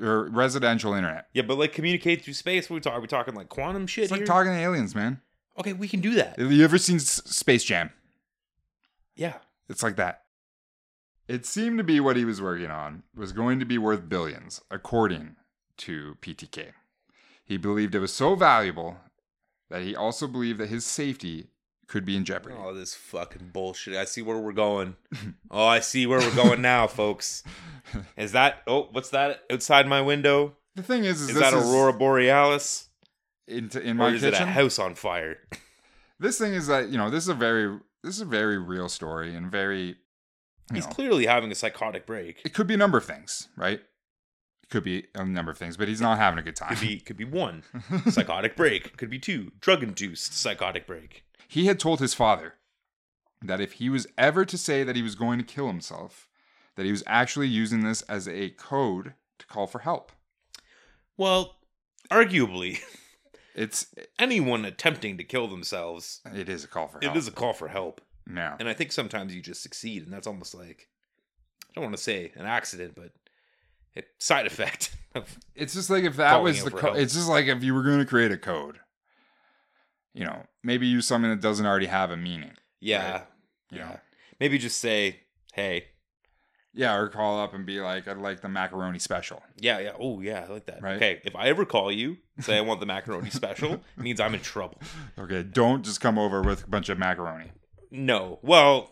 [SPEAKER 1] uh, or residential internet.
[SPEAKER 2] yeah, but like communicate through space. What are we talking? Are we talking like quantum shit
[SPEAKER 1] It's like
[SPEAKER 2] here?
[SPEAKER 1] talking to aliens, man.
[SPEAKER 2] okay, we can do that.
[SPEAKER 1] Have you ever seen S- Space Jam?
[SPEAKER 2] Yeah.
[SPEAKER 1] It's like that. It seemed to be what he was working on was going to be worth billions, according to PTK. He believed it was so valuable that he also believed that his safety could be in jeopardy.
[SPEAKER 2] Oh, this fucking bullshit. I see where we're going. oh, I see where we're going now, folks. Is that oh, what's that outside my window?
[SPEAKER 1] The thing is, is,
[SPEAKER 2] Is
[SPEAKER 1] this
[SPEAKER 2] that
[SPEAKER 1] is-
[SPEAKER 2] Aurora Borealis?
[SPEAKER 1] in, in
[SPEAKER 2] Or
[SPEAKER 1] my
[SPEAKER 2] is it a
[SPEAKER 1] kitchen.
[SPEAKER 2] house on fire?
[SPEAKER 1] this thing is that you know this is a very this is a very real story and very. you
[SPEAKER 2] He's
[SPEAKER 1] know,
[SPEAKER 2] clearly having a psychotic break.
[SPEAKER 1] it could be a number of things, right? It could be a number of things, but he's not having a good time.
[SPEAKER 2] Could be could be one psychotic break. Could be two drug induced psychotic break.
[SPEAKER 1] He had told his father that if he was ever to say that he was going to kill himself, that he was actually using this as a code to call for help.
[SPEAKER 2] Well, arguably,
[SPEAKER 1] It's
[SPEAKER 2] anyone attempting to kill themselves,
[SPEAKER 1] it is a call for help.
[SPEAKER 2] it is a call for help.
[SPEAKER 1] yeah.
[SPEAKER 2] And I think sometimes you just succeed, and that's almost like I don't want to say an accident, but a side effect of
[SPEAKER 1] It's just like if that
[SPEAKER 2] Calling
[SPEAKER 1] was
[SPEAKER 2] out
[SPEAKER 1] the
[SPEAKER 2] for
[SPEAKER 1] co-
[SPEAKER 2] help.
[SPEAKER 1] it's just like if you were going to create a code. You know, maybe use something that doesn't already have a meaning.
[SPEAKER 2] yeah,
[SPEAKER 1] Right. You
[SPEAKER 2] yeah.
[SPEAKER 1] Know?
[SPEAKER 2] Maybe just say, hey,
[SPEAKER 1] Yeah, or call up and be like, I'd like the macaroni special.
[SPEAKER 2] yeah, yeah, oh yeah, I like that.
[SPEAKER 1] Right.
[SPEAKER 2] Okay, if I ever call you, say I want the macaroni special, it means I'm in trouble.
[SPEAKER 1] Okay, don't just come over with a bunch of macaroni.
[SPEAKER 2] No, well,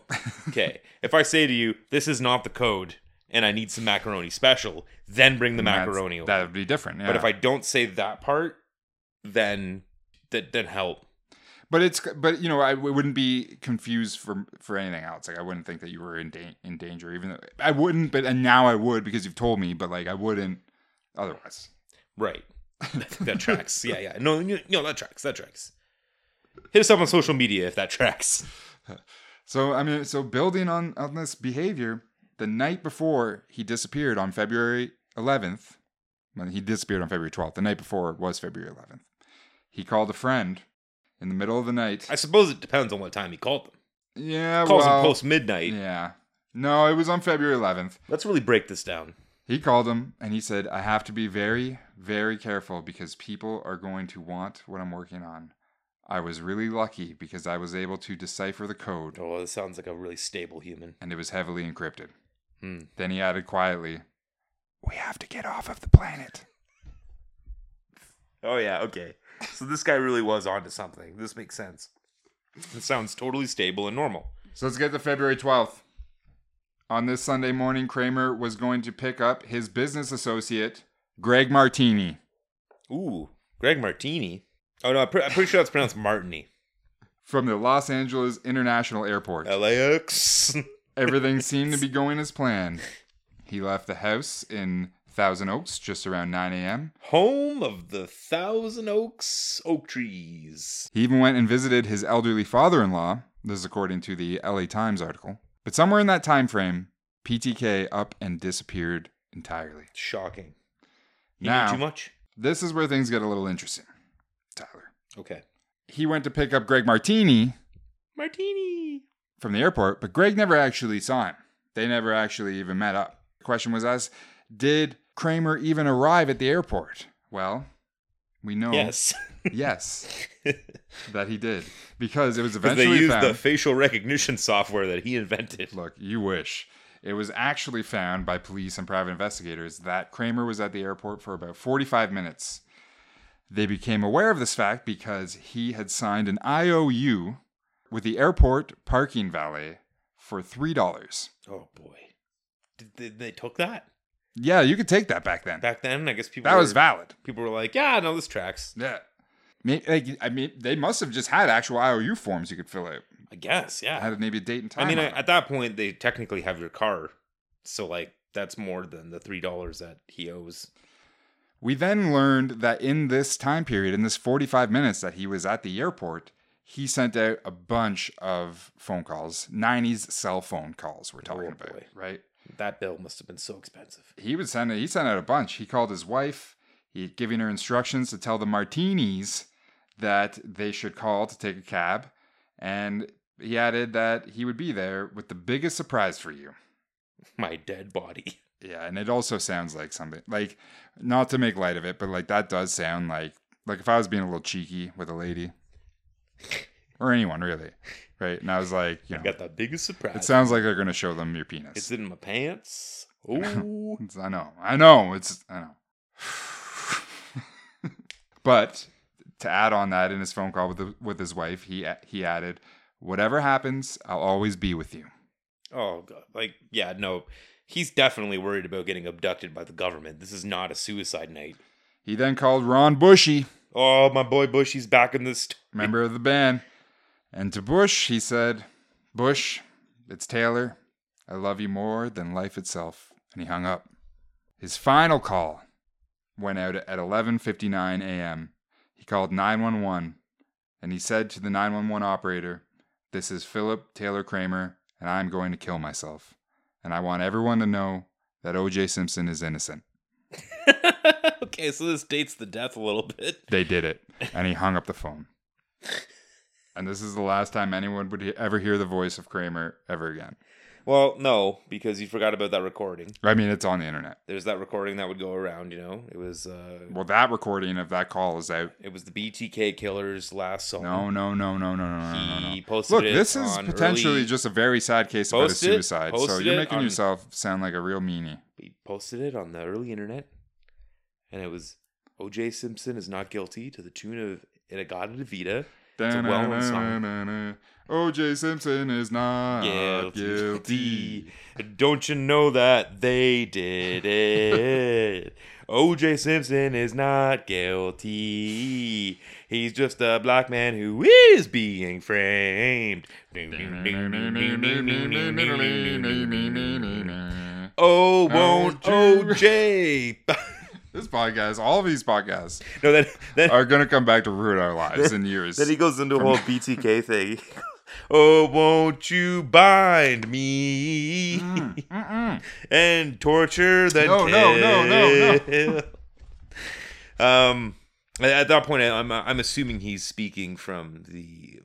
[SPEAKER 2] okay. if I say to you, this is not the code, and I need some macaroni special, then bring the
[SPEAKER 1] That's-
[SPEAKER 2] macaroni. over.
[SPEAKER 1] That would be different. Yeah.
[SPEAKER 2] But if I don't say that part, then that then help.
[SPEAKER 1] But it's but you know I w- wouldn't be confused for for anything else. Like I wouldn't think that you were in da- in danger, even though I wouldn't. But and now I would because you've told me. But like I wouldn't otherwise.
[SPEAKER 2] Right. I think that tracks. Yeah, yeah. No, no, no, that tracks. That tracks. Hit us up on social media if that tracks.
[SPEAKER 1] So I mean, so building on on this behavior, the night before he disappeared on February 11th, well, he disappeared on February 12th. The night before was February 11th. He called a friend in the middle of the night.
[SPEAKER 2] I suppose it depends on what time he called them.
[SPEAKER 1] yeah,
[SPEAKER 2] Calls
[SPEAKER 1] well,
[SPEAKER 2] him post midnight.
[SPEAKER 1] yeah. No, it was on February 11th.
[SPEAKER 2] Let's really break this down.
[SPEAKER 1] He called him and he said, I have to be very, very careful because people are going to want what I'm working on. I was really lucky because I was able to decipher the code
[SPEAKER 2] Oh, this sounds like a really stable human.
[SPEAKER 1] and it was heavily encrypted.
[SPEAKER 2] Hmm.
[SPEAKER 1] Then he added quietly, We have to get off of the planet.
[SPEAKER 2] Oh yeah, okay. So this guy really was onto something. This makes sense. It sounds totally stable and normal.
[SPEAKER 1] So let's get to February 12th. On this Sunday morning, Kramer was going to pick up his business associate, Greg Martini.
[SPEAKER 2] Ooh, Greg Martini. Oh no, I'm, pre- I'm pretty sure that's pronounced Martini.
[SPEAKER 1] From the Los Angeles International Airport.
[SPEAKER 2] LAX.
[SPEAKER 1] Everything seemed to be going as planned. He left the house in Thousand Oaks just around 9 a.m.
[SPEAKER 2] Home of the Thousand Oaks oak trees.
[SPEAKER 1] He even went and visited his elderly father in law. This is according to the LA Times article. But somewhere in that time frame, PTK up and disappeared entirely.
[SPEAKER 2] Shocking. You
[SPEAKER 1] Now-
[SPEAKER 2] knew too much?
[SPEAKER 1] This is where things get a little interesting, Tyler.
[SPEAKER 2] Okay.
[SPEAKER 1] He went to pick up Greg Martini
[SPEAKER 2] Martini.
[SPEAKER 1] from the airport, but Greg never actually saw him. They never actually even met up. The question was asked Did Kramer even arrive at the airport? Well, we know.
[SPEAKER 2] Yes.
[SPEAKER 1] Yes, that he did because it was
[SPEAKER 2] 'Cause they
[SPEAKER 1] eventually
[SPEAKER 2] used
[SPEAKER 1] found.
[SPEAKER 2] the facial recognition software that he invented.
[SPEAKER 1] look, you wish. It was actually found by police and private investigators that Kramer was at the airport for about 45 minutes. They became aware of this fact because he had signed an IOU with the airport parking valet for three dollars.
[SPEAKER 2] Oh boy, Did they, they took that
[SPEAKER 1] Yeah, you could take that back then. That,
[SPEAKER 2] back then. I guess people were,
[SPEAKER 1] was valid.
[SPEAKER 2] people were like, yeah, no, this tracks.
[SPEAKER 1] Yeah. May- like, I mean, they must have just had actual IOU forms you could fill out.
[SPEAKER 2] I guess, yeah.
[SPEAKER 1] Had maybe a date and time.
[SPEAKER 2] I mean,
[SPEAKER 1] on
[SPEAKER 2] I,
[SPEAKER 1] it.
[SPEAKER 2] at that point, they technically have your car, so like that's more than the three dollars that he owes.
[SPEAKER 1] We then learned that in this time period, in this 45 minutes that he was at the airport, he sent out a bunch of phone calls, 90s cell phone calls we're talking
[SPEAKER 2] Oh,
[SPEAKER 1] about,
[SPEAKER 2] boy.
[SPEAKER 1] right?
[SPEAKER 2] That bill must have been so expensive.
[SPEAKER 1] He would send he sent out a bunch. He called his wife, he giving her instructions to tell the Martinis that they should call to take a cab, and he added that he would be there with the biggest surprise for you.
[SPEAKER 2] My dead body.
[SPEAKER 1] Yeah, and it also sounds like something like not to make light of it, but like that does sound like like if I was being a little cheeky with a lady or anyone really, right? And I was like, you
[SPEAKER 2] I
[SPEAKER 1] know,
[SPEAKER 2] got the biggest surprise.
[SPEAKER 1] it sounds like they're gonna show them your penis.
[SPEAKER 2] It's in my pants. Oh,
[SPEAKER 1] It's- I know, I know, it's I know. but to add on that, in his phone call with the, with his wife, he he added, "Whatever happens, I'll always be with you."
[SPEAKER 2] oh, God. like yeah, no. He's definitely worried about getting abducted by the government. This is not a suicide night.
[SPEAKER 1] He then called Ron Bushy.
[SPEAKER 2] Oh, my boy Bush, he's back in this.
[SPEAKER 1] member of the band. And to Bush, he said, Bush, it's Taylor. I love you more than life itself. And he hung up. His final call went out at 11:59 a.m. He called 911 and he said to the 911 operator, "This is Philip Taylor Kramer and I'm going to kill myself. And I want everyone to know that O.J. Simpson is innocent."
[SPEAKER 2] okay, so this dates the death a little bit.
[SPEAKER 1] They did it. And he hung up the phone. And this is the last time anyone would he- ever hear the voice of Kramer ever again.
[SPEAKER 2] Well, no, because you forgot about that recording.
[SPEAKER 1] I mean, it's on the internet.
[SPEAKER 2] There's that recording that would go around, you know. It was uh
[SPEAKER 1] Well, that recording of that call is out.
[SPEAKER 2] it was the BTK Killer's last song.
[SPEAKER 1] No, no, no, no, no, no, no, no, no.
[SPEAKER 2] He posted
[SPEAKER 1] Look,
[SPEAKER 2] it
[SPEAKER 1] this is
[SPEAKER 2] on
[SPEAKER 1] potentially
[SPEAKER 2] early-
[SPEAKER 1] just a very sad case about a
[SPEAKER 2] Posted it,
[SPEAKER 1] suicide. So
[SPEAKER 2] posted
[SPEAKER 1] you're
[SPEAKER 2] it
[SPEAKER 1] making
[SPEAKER 2] on-
[SPEAKER 1] yourself sound like a real meanie.
[SPEAKER 2] he posted it on the early internet and it was OJ Simpson is not guilty to the tune of Inagata De Vita.
[SPEAKER 1] It's
[SPEAKER 2] a well-known song.
[SPEAKER 1] OJ Simpson is not guilty.
[SPEAKER 2] Don't you know that they did it? OJ Simpson is not guilty. He's just a black man who is being framed. Oh, won't
[SPEAKER 1] Aren't
[SPEAKER 2] OJ?
[SPEAKER 1] This podcast, all these podcasts,
[SPEAKER 2] no, then, then,
[SPEAKER 1] are going to come back to ruin our lives in years.
[SPEAKER 2] then he goes into a whole BTK thing. oh, won't you bind me?
[SPEAKER 1] Mm. Mm-mm.
[SPEAKER 2] and torture then
[SPEAKER 1] No, no, no, no,
[SPEAKER 2] no no um at- at that point I- i'm i'm assuming he's speaking from the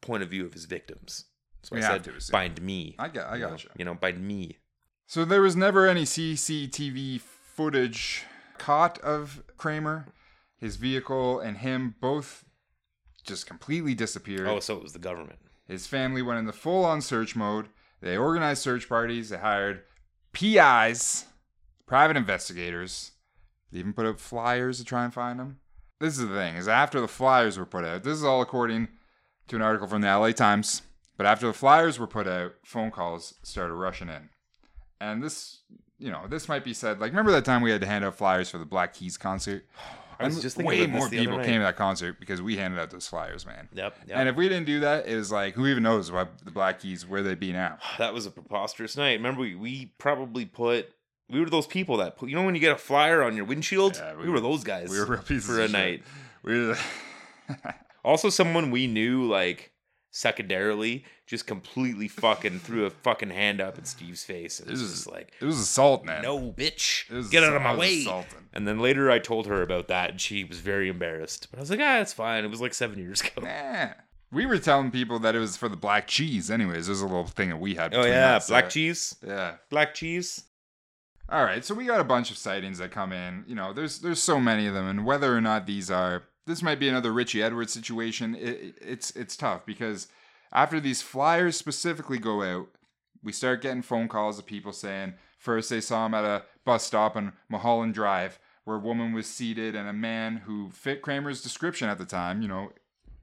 [SPEAKER 2] point of view of his victims so i
[SPEAKER 1] We
[SPEAKER 2] said
[SPEAKER 1] have to assume.
[SPEAKER 2] bind me
[SPEAKER 1] I got, I
[SPEAKER 2] you know,
[SPEAKER 1] got you.
[SPEAKER 2] you know bind me
[SPEAKER 1] So there was never any CCTV footage caught of Kramer. His vehicle and him both just completely disappeared.
[SPEAKER 2] oh so it was the government
[SPEAKER 1] His family went into full on search mode. They organized search parties. They hired PIs, private investigators. They even put up flyers to try and find him. This is the thing: is after the flyers were put out. This is all according to an article from the LA Times. But after the flyers were put out, phone calls started rushing in. And this, you know, this might be said like, remember that time we had to hand out flyers for the Black Keys concert?
[SPEAKER 2] I was
[SPEAKER 1] And
[SPEAKER 2] just thinking
[SPEAKER 1] way
[SPEAKER 2] about this
[SPEAKER 1] more
[SPEAKER 2] the other
[SPEAKER 1] people
[SPEAKER 2] night.
[SPEAKER 1] came to that concert because we handed out those flyers, man.
[SPEAKER 2] yep, yep.
[SPEAKER 1] And if we didn't do that, it was like who even knows what the Black Keys where they'd be now.
[SPEAKER 2] that was a preposterous night remember we, we probably put we were those people that put you know when you get a flyer on your windshield
[SPEAKER 1] Yeah, we
[SPEAKER 2] we, were
[SPEAKER 1] were-
[SPEAKER 2] those guys
[SPEAKER 1] We were real pieces
[SPEAKER 2] for a
[SPEAKER 1] of shit.
[SPEAKER 2] night
[SPEAKER 1] We were
[SPEAKER 2] Also, someone we knew, like secondarily, just completely fucking threw a fucking hand up in Steve's face. And it was
[SPEAKER 1] This is-
[SPEAKER 2] just like,
[SPEAKER 1] it was assault, man.
[SPEAKER 2] no, bitch,
[SPEAKER 1] It was
[SPEAKER 2] get out of
[SPEAKER 1] assault-
[SPEAKER 2] my
[SPEAKER 1] I was
[SPEAKER 2] way.
[SPEAKER 1] assaulting.
[SPEAKER 2] And then later I told her about that and she was very embarrassed. But I was like, ah, it's fine. It was like seven years ago.
[SPEAKER 1] Nah. We were telling people that it was for the black cheese. Anyways, there's a little thing that we had.
[SPEAKER 2] Oh,
[SPEAKER 1] between
[SPEAKER 2] yeah.
[SPEAKER 1] us,
[SPEAKER 2] Black
[SPEAKER 1] uh,
[SPEAKER 2] cheese.
[SPEAKER 1] Yeah.
[SPEAKER 2] Black cheese.
[SPEAKER 1] All right, so we got a bunch of sightings that come in. You know, there's there's so many of them, and whether or not these are, this might be another Richie Edwards situation. It, it- it's it's tough because after these flyers specifically go out, we start getting phone calls of people saying first they saw him at a bus stop on Mulholland Drive where a woman was seated and a man who fit Kramer's description at the time. You know,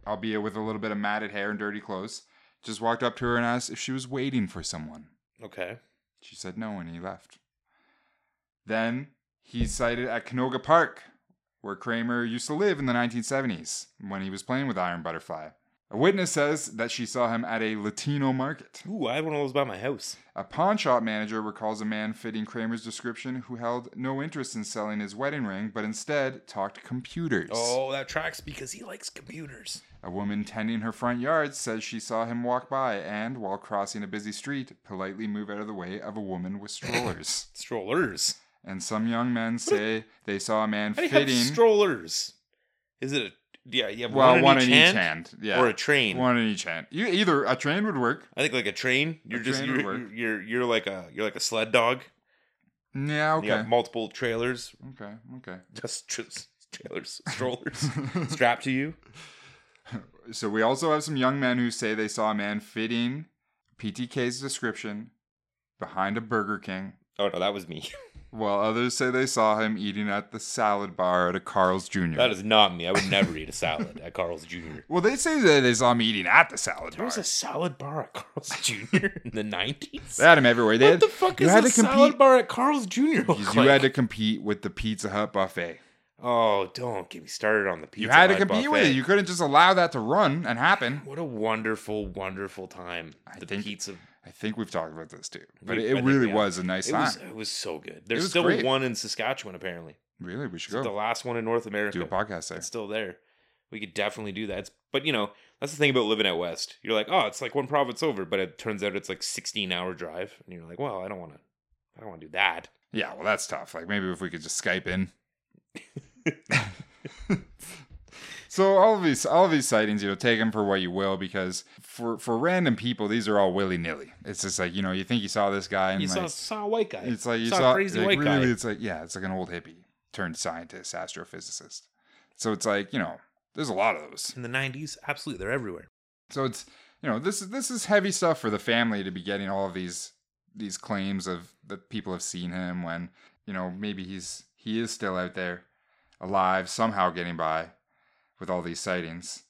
[SPEAKER 1] albeit with a little bit of matted hair and dirty clothes, Just walked up to her and asked if she was waiting for someone.
[SPEAKER 2] Okay.
[SPEAKER 1] She said no, and he left. Then he's sighted at Canoga Park, where Kramer used to live in the 1970s when he was playing with Iron Butterfly. A witness says that she saw him at a Latino market.
[SPEAKER 2] Ooh, I had one of those by my house.
[SPEAKER 1] A pawn shop manager recalls a man fitting Kramer's description who held no interest in selling his wedding ring, but instead talked computers.
[SPEAKER 2] Oh, that tracks because he likes computers.
[SPEAKER 1] A woman tending her front yard says she saw him walk by and, while crossing a busy street, politely move out of the way of a woman with strollers.
[SPEAKER 2] Strollers.
[SPEAKER 1] and some young men say they saw a man
[SPEAKER 2] How do you have
[SPEAKER 1] fitting
[SPEAKER 2] strollers? Is it a yeah? You have
[SPEAKER 1] well
[SPEAKER 2] one, in, each hand,
[SPEAKER 1] Yeah,
[SPEAKER 2] or a train.
[SPEAKER 1] one in each hand. You, either a train would work.
[SPEAKER 2] I think like a train. You're just
[SPEAKER 1] train would
[SPEAKER 2] you're,
[SPEAKER 1] work.
[SPEAKER 2] you're you're you're like a you're like a sled dog.
[SPEAKER 1] Yeah.
[SPEAKER 2] You
[SPEAKER 1] Okay.
[SPEAKER 2] have multiple trailers,
[SPEAKER 1] Okay. Okay.
[SPEAKER 2] just tra- trailers, strollers strapped to you.
[SPEAKER 1] So we also have some young men who say they saw a man fitting PTK's description behind a Burger King,
[SPEAKER 2] Oh no, that was me.
[SPEAKER 1] while others say they saw him eating at the salad bar at a Carl's Jr.
[SPEAKER 2] That is not me. I would never eat a salad at Carl's Jr.
[SPEAKER 1] well, they say that they saw him eating at the salad
[SPEAKER 2] There
[SPEAKER 1] bar.
[SPEAKER 2] was a salad bar at Carl's Jr. in the nineties.
[SPEAKER 1] They had him everywhere. They
[SPEAKER 2] What
[SPEAKER 1] had,
[SPEAKER 2] the fuck
[SPEAKER 1] you
[SPEAKER 2] is
[SPEAKER 1] had
[SPEAKER 2] a
[SPEAKER 1] to compete-
[SPEAKER 2] salad bar at Carl's Jr. look
[SPEAKER 1] you
[SPEAKER 2] like?
[SPEAKER 1] had to compete with the Pizza Hut buffet.
[SPEAKER 2] Oh, don't get me started on the pizza.
[SPEAKER 1] You had to
[SPEAKER 2] Hut
[SPEAKER 1] compete with
[SPEAKER 2] buffet.
[SPEAKER 1] it. You couldn't just allow that to run and happen.
[SPEAKER 2] What a wonderful, wonderful time.
[SPEAKER 1] I
[SPEAKER 2] the
[SPEAKER 1] think-
[SPEAKER 2] pizza.
[SPEAKER 1] I think we've talked about this too, but
[SPEAKER 2] We- I
[SPEAKER 1] it
[SPEAKER 2] think
[SPEAKER 1] really
[SPEAKER 2] we have.
[SPEAKER 1] was a nice
[SPEAKER 2] It
[SPEAKER 1] time.
[SPEAKER 2] was, it was so good. There's
[SPEAKER 1] was
[SPEAKER 2] still
[SPEAKER 1] great.
[SPEAKER 2] one in Saskatchewan, apparently.
[SPEAKER 1] really, we should
[SPEAKER 2] It's like the
[SPEAKER 1] go
[SPEAKER 2] last one in North America.
[SPEAKER 1] do a podcast there.
[SPEAKER 2] It's still there. We could definitely do that. It's, but you know, that's the thing about living out west. You're like, oh, it's like one province over, but it turns out it's like 16 hour drive, and you're like, well, I don't want to, I don't want to do that.
[SPEAKER 1] Yeah, well, that's tough. Like maybe if we could just Skype in. so all of these, all of these sightings, you know, take them for what you will, because for for random people, these are all willy nilly. It's just like you know, you think you saw this guy, and
[SPEAKER 2] You
[SPEAKER 1] like,
[SPEAKER 2] saw, saw a white guy.
[SPEAKER 1] it's like you
[SPEAKER 2] saw a
[SPEAKER 1] saw,
[SPEAKER 2] crazy
[SPEAKER 1] like,
[SPEAKER 2] white guy.
[SPEAKER 1] really, it's like yeah, it's like an old hippie turned scientist, astrophysicist. So it's like you know, there's a lot of those.
[SPEAKER 2] in the 90s, absolutely, they're everywhere.
[SPEAKER 1] So it's you know this is this is heavy stuff for the family to be getting all of these these claims of that people have seen him when you know maybe he's he is still out there alive somehow getting by with all these sightings.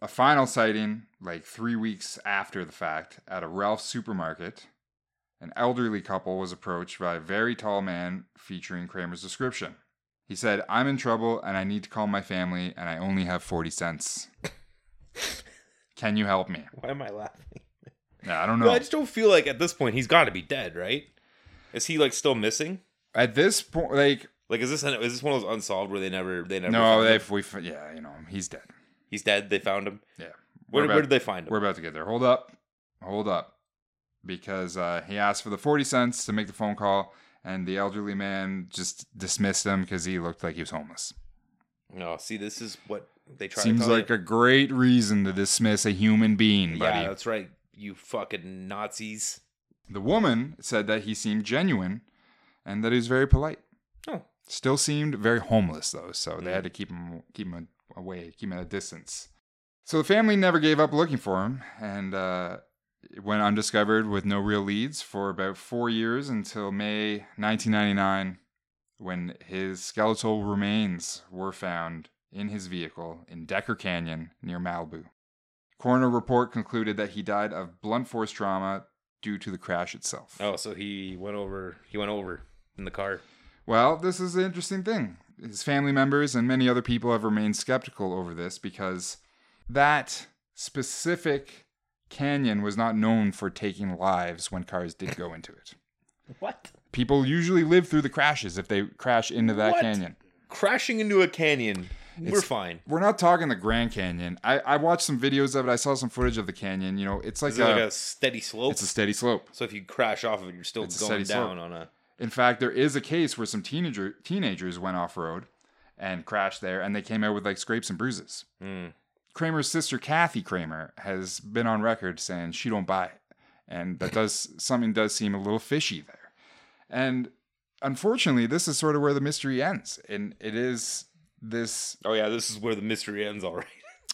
[SPEAKER 1] A final sighting like 3 weeks after the fact at a Ralph's supermarket an elderly couple was approached by a very tall man featuring Kramer's description. He said, "I'm in trouble and I need to call my family and I only have 40 cents. Can you help me?"
[SPEAKER 2] Why am I laughing?
[SPEAKER 1] Yeah, I don't
[SPEAKER 2] No,
[SPEAKER 1] know.
[SPEAKER 2] I just don't feel like at this point he's got to be dead, right? Is he like still missing?
[SPEAKER 1] At this point, like
[SPEAKER 2] Like, is this is this one of those unsolved where they never they never?
[SPEAKER 1] no,
[SPEAKER 2] found
[SPEAKER 1] they
[SPEAKER 2] him?
[SPEAKER 1] we f- yeah, you know, he's dead.
[SPEAKER 2] he's dead. They found him.
[SPEAKER 1] Yeah,
[SPEAKER 2] Where,
[SPEAKER 1] We're
[SPEAKER 2] where
[SPEAKER 1] about-
[SPEAKER 2] did they find him?
[SPEAKER 1] We're about to get there. Hold up, hold up, because uh, he asked for the forty cents to make the phone call, and the elderly man just dismissed him because he looked like he was homeless.
[SPEAKER 2] No, see, this is what they try. to
[SPEAKER 1] Seems
[SPEAKER 2] tell
[SPEAKER 1] like
[SPEAKER 2] you.
[SPEAKER 1] a great reason to dismiss a human being, buddy.
[SPEAKER 2] yeah, that's right. You fucking Nazis.
[SPEAKER 1] The woman said that he seemed genuine, and that he was very polite.
[SPEAKER 2] Oh.
[SPEAKER 1] Still seemed very homeless though, so they
[SPEAKER 2] Mm.
[SPEAKER 1] had to keep him keep him away, keep him at a distance. So the family never gave up looking for him, and uh, it went undiscovered with no real leads for about four years until May 1999, when his skeletal remains were found in his vehicle in Decker Canyon near Malibu. Coroner report concluded that he died of blunt force trauma due to the crash itself.
[SPEAKER 2] Oh, so he went over. He went over in the car.
[SPEAKER 1] Well, this is the interesting thing. His family members and many other people have remained skeptical over this because that specific canyon was not known for taking lives when cars did go into it.
[SPEAKER 2] What?
[SPEAKER 1] People usually live through the crashes if they crash into that
[SPEAKER 2] What?
[SPEAKER 1] canyon.
[SPEAKER 2] Crashing into a canyon. We're
[SPEAKER 1] It's-
[SPEAKER 2] fine.
[SPEAKER 1] We're not talking the Grand Canyon. I, I watched some videos of it. I saw some footage of the canyon. You know, it's like,
[SPEAKER 2] Is
[SPEAKER 1] a,
[SPEAKER 2] it like a steady slope?
[SPEAKER 1] it's a steady slope.
[SPEAKER 2] so if you crash off of it, you're still
[SPEAKER 1] It's a
[SPEAKER 2] going
[SPEAKER 1] steady slope.
[SPEAKER 2] down on a.
[SPEAKER 1] In fact, there is a case where some teenager teenagers went off road and crashed there, and they came out with like scrapes and bruises.
[SPEAKER 2] Mm.
[SPEAKER 1] Kramer's sister Kathy Kramer has been on record saying she don't buy it, and that does something does seem a little fishy there. And unfortunately, this is sort of where the mystery ends, and it is this.
[SPEAKER 2] Oh yeah, this is where the mystery ends. All right.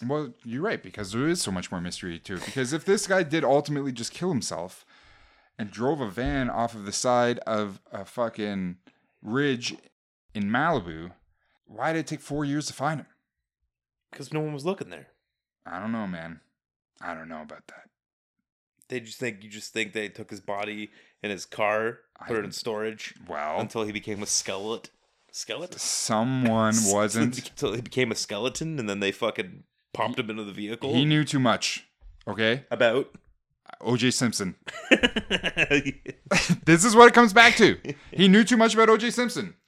[SPEAKER 1] Well, you're right because there is so much more mystery to it. Because if this guy did ultimately just kill himself and drove a van off of the side of a fucking ridge in Malibu, why did it take four years to find him?
[SPEAKER 2] Because no one was looking there.
[SPEAKER 1] I don't know, man. I don't know about that.
[SPEAKER 2] They just think you just think they took his body in his car, put it in storage
[SPEAKER 1] Well,
[SPEAKER 2] until he became a skeleton. Skeleton?
[SPEAKER 1] someone wasn't.
[SPEAKER 2] until he became a skeleton, and then they fucking popped him into the vehicle.
[SPEAKER 1] He knew too much. Okay,
[SPEAKER 2] about.
[SPEAKER 1] O.J. Simpson. This is what it comes back to. He knew too much about O.J. Simpson.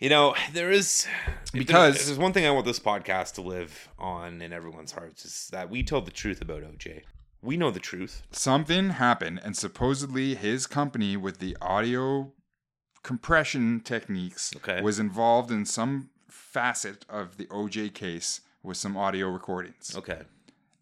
[SPEAKER 2] You know, there is if there-
[SPEAKER 1] Because-
[SPEAKER 2] if there's one thing I want this podcast to live on in everyone's hearts is that we tell the truth about OJ. We know the truth.
[SPEAKER 1] Something happened, and supposedly his company with the audio compression techniques
[SPEAKER 2] Okay.
[SPEAKER 1] was involved in some facet of the OJ case with some audio recordings.
[SPEAKER 2] Okay.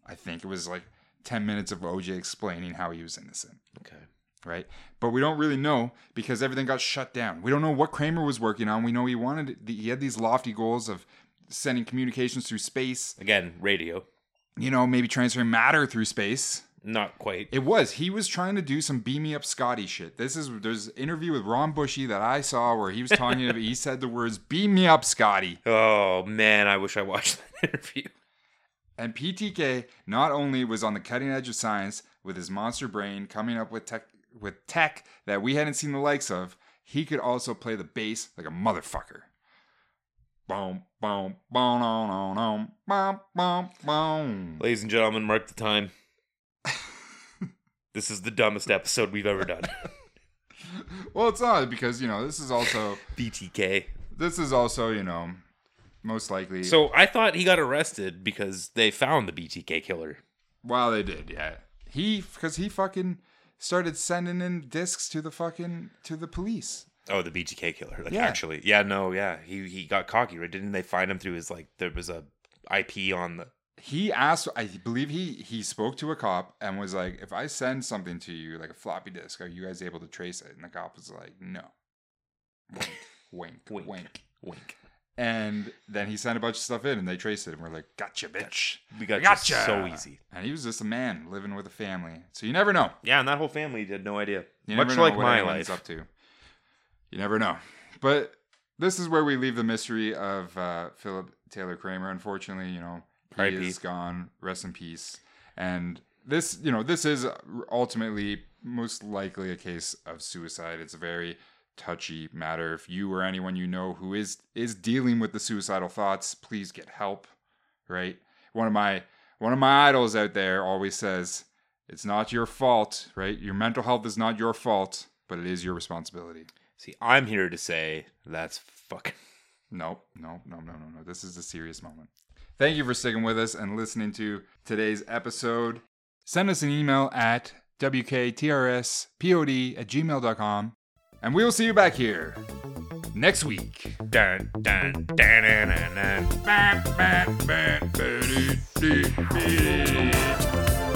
[SPEAKER 1] I think it was like 10 minutes of OJ explaining how he was innocent,
[SPEAKER 2] Okay.
[SPEAKER 1] right? But we don't really know because everything got shut down. We don't know what Kramer was working on. We know he wanted, he had these lofty goals of sending communications through space,
[SPEAKER 2] Again, radio.
[SPEAKER 1] you know, maybe transferring matter through space.
[SPEAKER 2] Not quite.
[SPEAKER 1] It was. He was trying to do some beam me up Scotty shit. This is there's an interview with Ron Bushy that I saw where he was talking about he said the words beam me up Scotty.
[SPEAKER 2] Oh man, I wish I watched that interview.
[SPEAKER 1] And PTK not only was on the cutting edge of science with his monster brain coming up with tech with tech that we hadn't seen the likes of, he could also play the bass like a motherfucker. Boom, boom, boom, boom, boom, boom, boom, boom.
[SPEAKER 2] Ladies and gentlemen, mark the time. this is the dumbest episode we've ever done.
[SPEAKER 1] Well, it's odd because you know this is also
[SPEAKER 2] BTK.
[SPEAKER 1] this is also you know most likely
[SPEAKER 2] So I thought he got arrested because they found the BTK killer.
[SPEAKER 1] Wow, they did, yeah. He because he fucking started sending in discs to the fucking to the police.
[SPEAKER 2] Oh, the BTK killer. Like
[SPEAKER 1] Yeah.
[SPEAKER 2] actually, yeah, no, yeah, he he got cocky, right? Didn't they find him through his like there was a IP on the
[SPEAKER 1] He asked, I believe he he spoke to a cop and was like, "If I send something to you, like a floppy disk, are you guys able to trace it?" And the cop was like, "No." Wink, wink, wink,
[SPEAKER 2] wink.
[SPEAKER 1] And then he sent a bunch of stuff in, and they traced it, and we're like, "Gotcha, bitch!"
[SPEAKER 2] We got
[SPEAKER 1] Gotcha.
[SPEAKER 2] you so easy.
[SPEAKER 1] And he was just a man living with a family, so you never know.
[SPEAKER 2] Yeah, and that whole family had no idea.
[SPEAKER 1] You
[SPEAKER 2] Much
[SPEAKER 1] never know
[SPEAKER 2] like
[SPEAKER 1] what
[SPEAKER 2] my
[SPEAKER 1] anyone's
[SPEAKER 2] life.
[SPEAKER 1] up to. You never know. But this is where we leave the mystery of uh, Philip Taylor Kramer. Unfortunately, you know, he
[SPEAKER 2] R.I.P.
[SPEAKER 1] is gone. Rest in peace. And this, you know, this is ultimately most likely a case of suicide. It's a very touchy matter. If you or anyone you know who is is dealing with the suicidal thoughts, please get help. Right? One of my one of my idols out there always says, it's not your fault, right? Your mental health is not your fault, but it is your responsibility.
[SPEAKER 2] See, I'm here to say that's fucking.
[SPEAKER 1] Nope, nope, no, no, no, no. This is a serious moment. Thank you for sticking with us and listening to today's episode. Send us an email at wktrspod at gmail.com, and we will see you back here next week.
[SPEAKER 2] Dun, dun, dun, dun, dun, dun.
[SPEAKER 1] Ba, ba, ba, ba, dee, dee, dee.